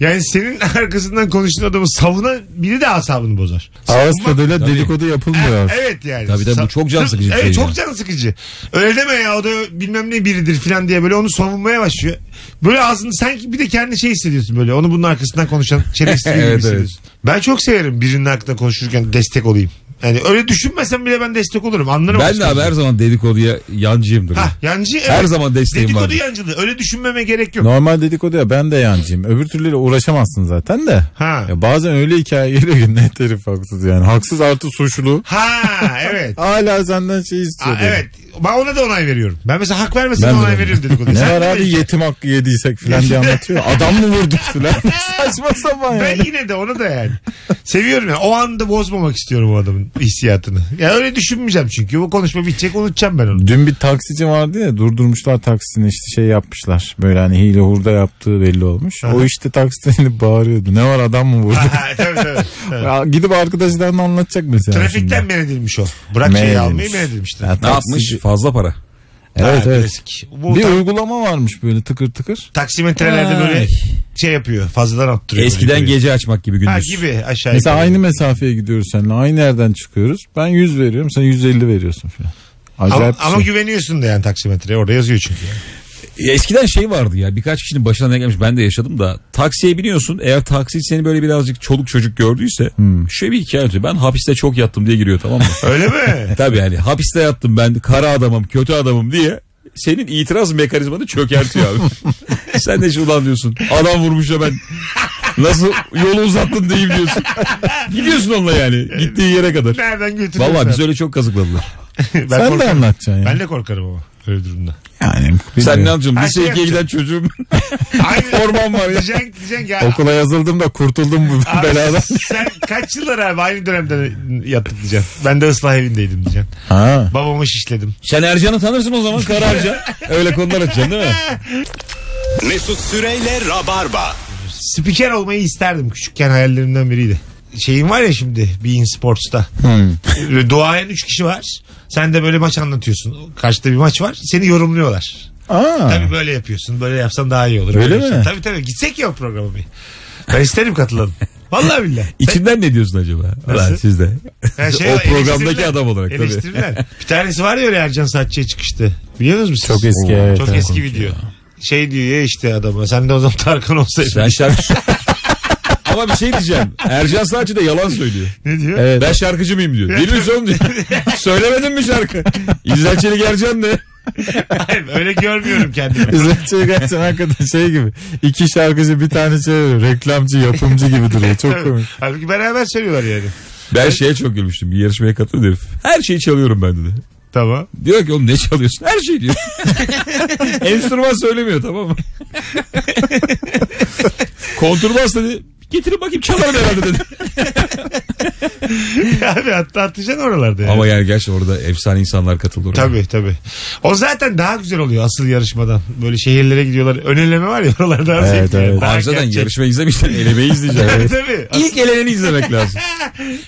Speaker 2: Yani senin arkasından konuştuğun adamı savunan biri de asabını bozar.
Speaker 4: Ağız tadıyla dedikodu yapılmıyor. artık.
Speaker 2: şey Evet yani.
Speaker 3: Tabii tabii, bu
Speaker 2: Sa-
Speaker 3: çok can sıkıcı bir
Speaker 2: Evet
Speaker 3: şey
Speaker 2: çok
Speaker 3: ya.
Speaker 2: can sıkıcı. Öyle deme ya o da bilmem ne biridir falan diye böyle onu savunmaya başlıyor. Böyle aslında sanki bir de kendi şey hissediyorsun böyle. Onu bunun arkasından konuşan çereksiz gibi
Speaker 3: Evet, evet.
Speaker 2: hissediyorsun. Ben çok severim birinin hakkında konuşurken destek olayım. Yani öyle düşünmesem bile ben destek olurum. Anlarım.
Speaker 3: Ben de abi her zaman dedikoduya yancıyımdır.
Speaker 2: Ha, yancı evet.
Speaker 3: Her zaman desteğim
Speaker 2: Dedikodu
Speaker 3: vardır.
Speaker 2: yancılığı. Öyle düşünmeme gerek yok.
Speaker 4: Normal dedikodu ya ben de yancıyım. Öbür türlüyle uğraşamazsın zaten de.
Speaker 2: Ha.
Speaker 4: Ya bazen öyle hikaye geliyor ki net herif haksız yani. Haksız artı suçlu.
Speaker 2: Ha evet.
Speaker 4: Hala senden şey
Speaker 2: Aa,
Speaker 4: istiyor.
Speaker 2: evet. Ben ona da onay veriyorum. Ben mesela hak vermesen
Speaker 4: Ben de
Speaker 2: onay
Speaker 4: veririm.
Speaker 2: veririm dedikodu.
Speaker 4: Ne
Speaker 2: Sen
Speaker 4: var
Speaker 2: de-
Speaker 4: abi yetim hakkı yediysek falan diye anlatıyor. Adam mı vurduk falan. Saçma sapan
Speaker 2: Ben
Speaker 4: yani.
Speaker 2: yine de onu da yani. Seviyorum ya. O anda bozmamak istiyorum o adamın hissiyatını. Ya öyle düşünmeyeceğim çünkü. Bu konuşma bitecek unutacağım ben onu.
Speaker 4: Dün bir taksici vardı ya durdurmuşlar taksini işte şey yapmışlar. Böyle hani hile hurda yaptığı belli olmuş. O işte taksiden bağırıyordu. Ne var adam mı vurdu?
Speaker 2: Ha, tabii, tabii, tabii.
Speaker 4: Ya gidip arkadaşlarına anlatacak mesela.
Speaker 2: Trafikten
Speaker 4: şimdi.
Speaker 2: men edilmiş o. Bırak şey
Speaker 4: Men
Speaker 2: şeyi
Speaker 4: edilmiş.
Speaker 2: almayı men edilmişti.
Speaker 4: Ya
Speaker 3: Ne yapmış?
Speaker 4: taksici-
Speaker 3: Fazla para.
Speaker 4: Evet
Speaker 2: Ha,
Speaker 4: evet.
Speaker 2: klasik. Bu
Speaker 4: Bir
Speaker 2: ta-
Speaker 4: uygulama varmış böyle tıkır tıkır.
Speaker 2: taksimetrelerde
Speaker 4: Ay.
Speaker 2: böyle şey yapıyor. Fazladan attırıyor.
Speaker 3: Eskiden
Speaker 2: Böyle.
Speaker 3: gece açmak gibi
Speaker 2: Ha
Speaker 3: gündüz.
Speaker 2: gibi aşağı yukarı.
Speaker 4: Mesela aynı mesafeye gidiyoruz seninle. Aynı yerden çıkıyoruz. Ben 100 veriyorum. Sen 150 veriyorsun falan.
Speaker 2: Ama,
Speaker 4: Acayip bir
Speaker 2: ama
Speaker 4: şey.
Speaker 2: güveniyorsun da yani taksimetreye. Orada yazıyor çünkü. yani.
Speaker 3: Ya Eskiden şey vardı ya birkaç kişinin başına ne gelmiş ben de yaşadım da taksiye biniyorsun eğer taksi seni böyle birazcık çoluk çocuk gördüyse
Speaker 4: Hmm.
Speaker 3: şöyle bir hikaye anlatıyor ben hapiste çok yattım diye giriyor tamam mı?
Speaker 2: Öyle mi?
Speaker 3: Tabii yani hapiste yattım ben kara adamım kötü adamım diye senin itiraz mekanizmanı çökertiyor abi. Sen de şuradan diyorsun adam vurmuş ya ben nasıl yolu uzattın diyeyim diyorsun. Gidiyorsun onunla yani gittiğin yere kadar.
Speaker 2: Nereden götürüyorsun?
Speaker 3: Vallahi bizi öyle çok kazıkladılar.
Speaker 2: ben
Speaker 4: Sen de
Speaker 2: korkarım.
Speaker 4: anlatacaksın.
Speaker 2: Ben
Speaker 4: Yani.
Speaker 2: de korkarım ama. Öyle durumda.
Speaker 4: yani
Speaker 3: Sen ne
Speaker 4: bilmiyorum.
Speaker 3: yapacaksın?
Speaker 2: Her
Speaker 3: Lise
Speaker 2: şey
Speaker 3: 2'ye giden çocuğum.
Speaker 2: Aynı.
Speaker 3: Orman var ya.
Speaker 2: Diyeceksin, diyeceksin ki, "Aa,
Speaker 4: Okula yazıldım da kurtuldum bu
Speaker 2: Abi
Speaker 4: beladan.
Speaker 2: Sen kaç yıllar abi aynı dönemde yattık diyeceksin. Ben de ıslah evindeydim diyeceksin.
Speaker 4: Ha.
Speaker 2: Babamı şişledim.
Speaker 3: Sen Ercan'ı tanırsın o zaman kara Ercan. Öyle konular açacaksın değil mi?
Speaker 1: Mesut Süreyle Rabarba.
Speaker 2: Spiker olmayı isterdim. Küçükken hayallerimden biriydi. Şeyim var ya şimdi Bein Sports'ta.
Speaker 4: Hmm.
Speaker 2: Böyle Duayen 3 kişi var. Sen de böyle maç anlatıyorsun. Karşıda bir maç var. Seni yorumluyorlar.
Speaker 4: Aa.
Speaker 2: Tabii böyle yapıyorsun. Böyle yapsan daha iyi olur.
Speaker 4: Öyle
Speaker 2: Böyle
Speaker 4: mi?
Speaker 2: yapsan- Tabii tabii. Gitsek ya o programa bir. Ben isterim katılalım. Vallahi billahi.
Speaker 3: İçinden ne diyorsun acaba? Ulan siz de.
Speaker 2: Yani şey
Speaker 3: o
Speaker 2: var,
Speaker 3: programdaki
Speaker 2: eleştiriler.
Speaker 3: adam olarak tabii.
Speaker 2: Eleştiriler. Bir tanesi var ya öyle Ercan Saatçı'ya çıkıştı. Biliyor musunuz siz?
Speaker 4: Çok eski, evet,
Speaker 2: Çok
Speaker 4: evet.
Speaker 2: eski video. Şey diyor ya işte adama. Sen de o zaman Tarkan olsaydın.
Speaker 3: Ben şarkı... Ama bir şey diyeceğim. Ercan Saatçı da yalan söylüyor.
Speaker 2: Ne diyor?
Speaker 4: Evet.
Speaker 3: Ben şarkıcı mıyım diyor. Deli misin oğlum diyor. Söylemedin mi şarkı? İzzet Çelik Ercan ne?
Speaker 2: öyle görmüyorum kendimi.
Speaker 4: İzzet Çelik'in hakikaten şey gibi. İki şarkıcı bir tanesi reklamcı yapımcı gibi duruyor. Çok
Speaker 2: Tabii.
Speaker 4: komik.
Speaker 2: Halbuki beraber söylüyorlar yani.
Speaker 3: Ben şeye çok gülmüştüm. Bir yarışmaya katıldı herif. Her şeyi çalıyorum ben dedi.
Speaker 2: Tamam.
Speaker 3: Diyor ki oğlum ne çalıyorsun? Her şeyi diyor. Enstrüman söylemiyor tamam mı? Kontrbas dedi. Getirin bakayım çalarım herhalde dedi.
Speaker 2: Abi hatta atacaksın oralarda yani.
Speaker 3: Ama yani gerçi orada efsane insanlar katıldı. oraya.
Speaker 2: Tabii tabii. O zaten daha güzel oluyor asıl yarışmadan. Böyle şehirlere gidiyorlar. Öneleme var ya oralarda. daha
Speaker 4: Evet,
Speaker 2: zevkli.
Speaker 4: evet.
Speaker 2: Daha
Speaker 3: Abi zaten
Speaker 2: gerçek.
Speaker 3: yarışmayı izlemişler. Elemeyi izleyeceksin.
Speaker 2: Tabii, tabii.
Speaker 3: İlk eleneni izlemek lazım.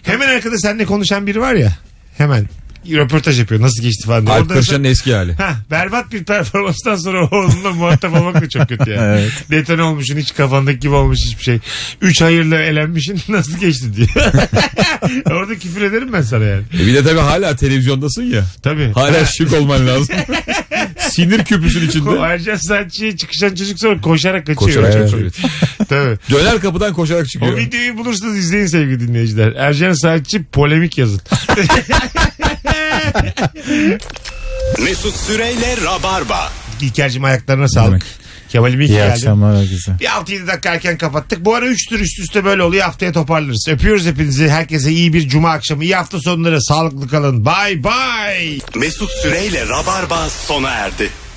Speaker 2: Hemen arkada seninle konuşan biri var ya. Hemen röportaj yapıyor. Nasıl geçti falan diye.
Speaker 3: Alp
Speaker 2: Orada-
Speaker 3: Kırşan'ın eski hali.
Speaker 2: Heh, berbat bir performanstan sonra onunla muhatap olmak da çok kötü yani. Detone olmuşsun hiç kafandaki gibi olmuş hiçbir şey. Üç hayırla elenmişsin nasıl geçti diye. Orada küfür ederim ben sana yani.
Speaker 3: E bir de tabii hala televizyondasın ya.
Speaker 2: Tabii.
Speaker 3: Hala şık olman lazım. Sinir küpüsün
Speaker 2: Ko-
Speaker 3: içinde.
Speaker 2: Ercan Saatçı'ya çıkışan çocuk sonra koşarak kaçıyor.
Speaker 3: Koşarak
Speaker 2: Çok
Speaker 3: kaçıyor.
Speaker 2: komik. Tabii.
Speaker 3: Döner kapıdan koşarak
Speaker 2: O
Speaker 3: çıkıyor.
Speaker 2: videoyu bulursanız izleyin sevgili dinleyiciler. Ercan Saatçı polemik yazın.
Speaker 1: Mesut Süreyle Rabarba.
Speaker 2: İlker'cim ayaklarına sağlık.
Speaker 4: demek?
Speaker 2: Kemal'im iyi ki
Speaker 4: İyi
Speaker 2: geldin.
Speaker 4: akşamlar herkese.
Speaker 2: Bir 6-7 dakika erken kapattık. Bu ara 3 tür üst üste böyle oluyor. Haftaya toparlarız. Öpüyoruz hepinizi. Herkese iyi bir cuma akşamı. iyi hafta sonları. Sağlıklı kalın. Bay bay.
Speaker 1: Mesut Süreyle Rabarba sona erdi.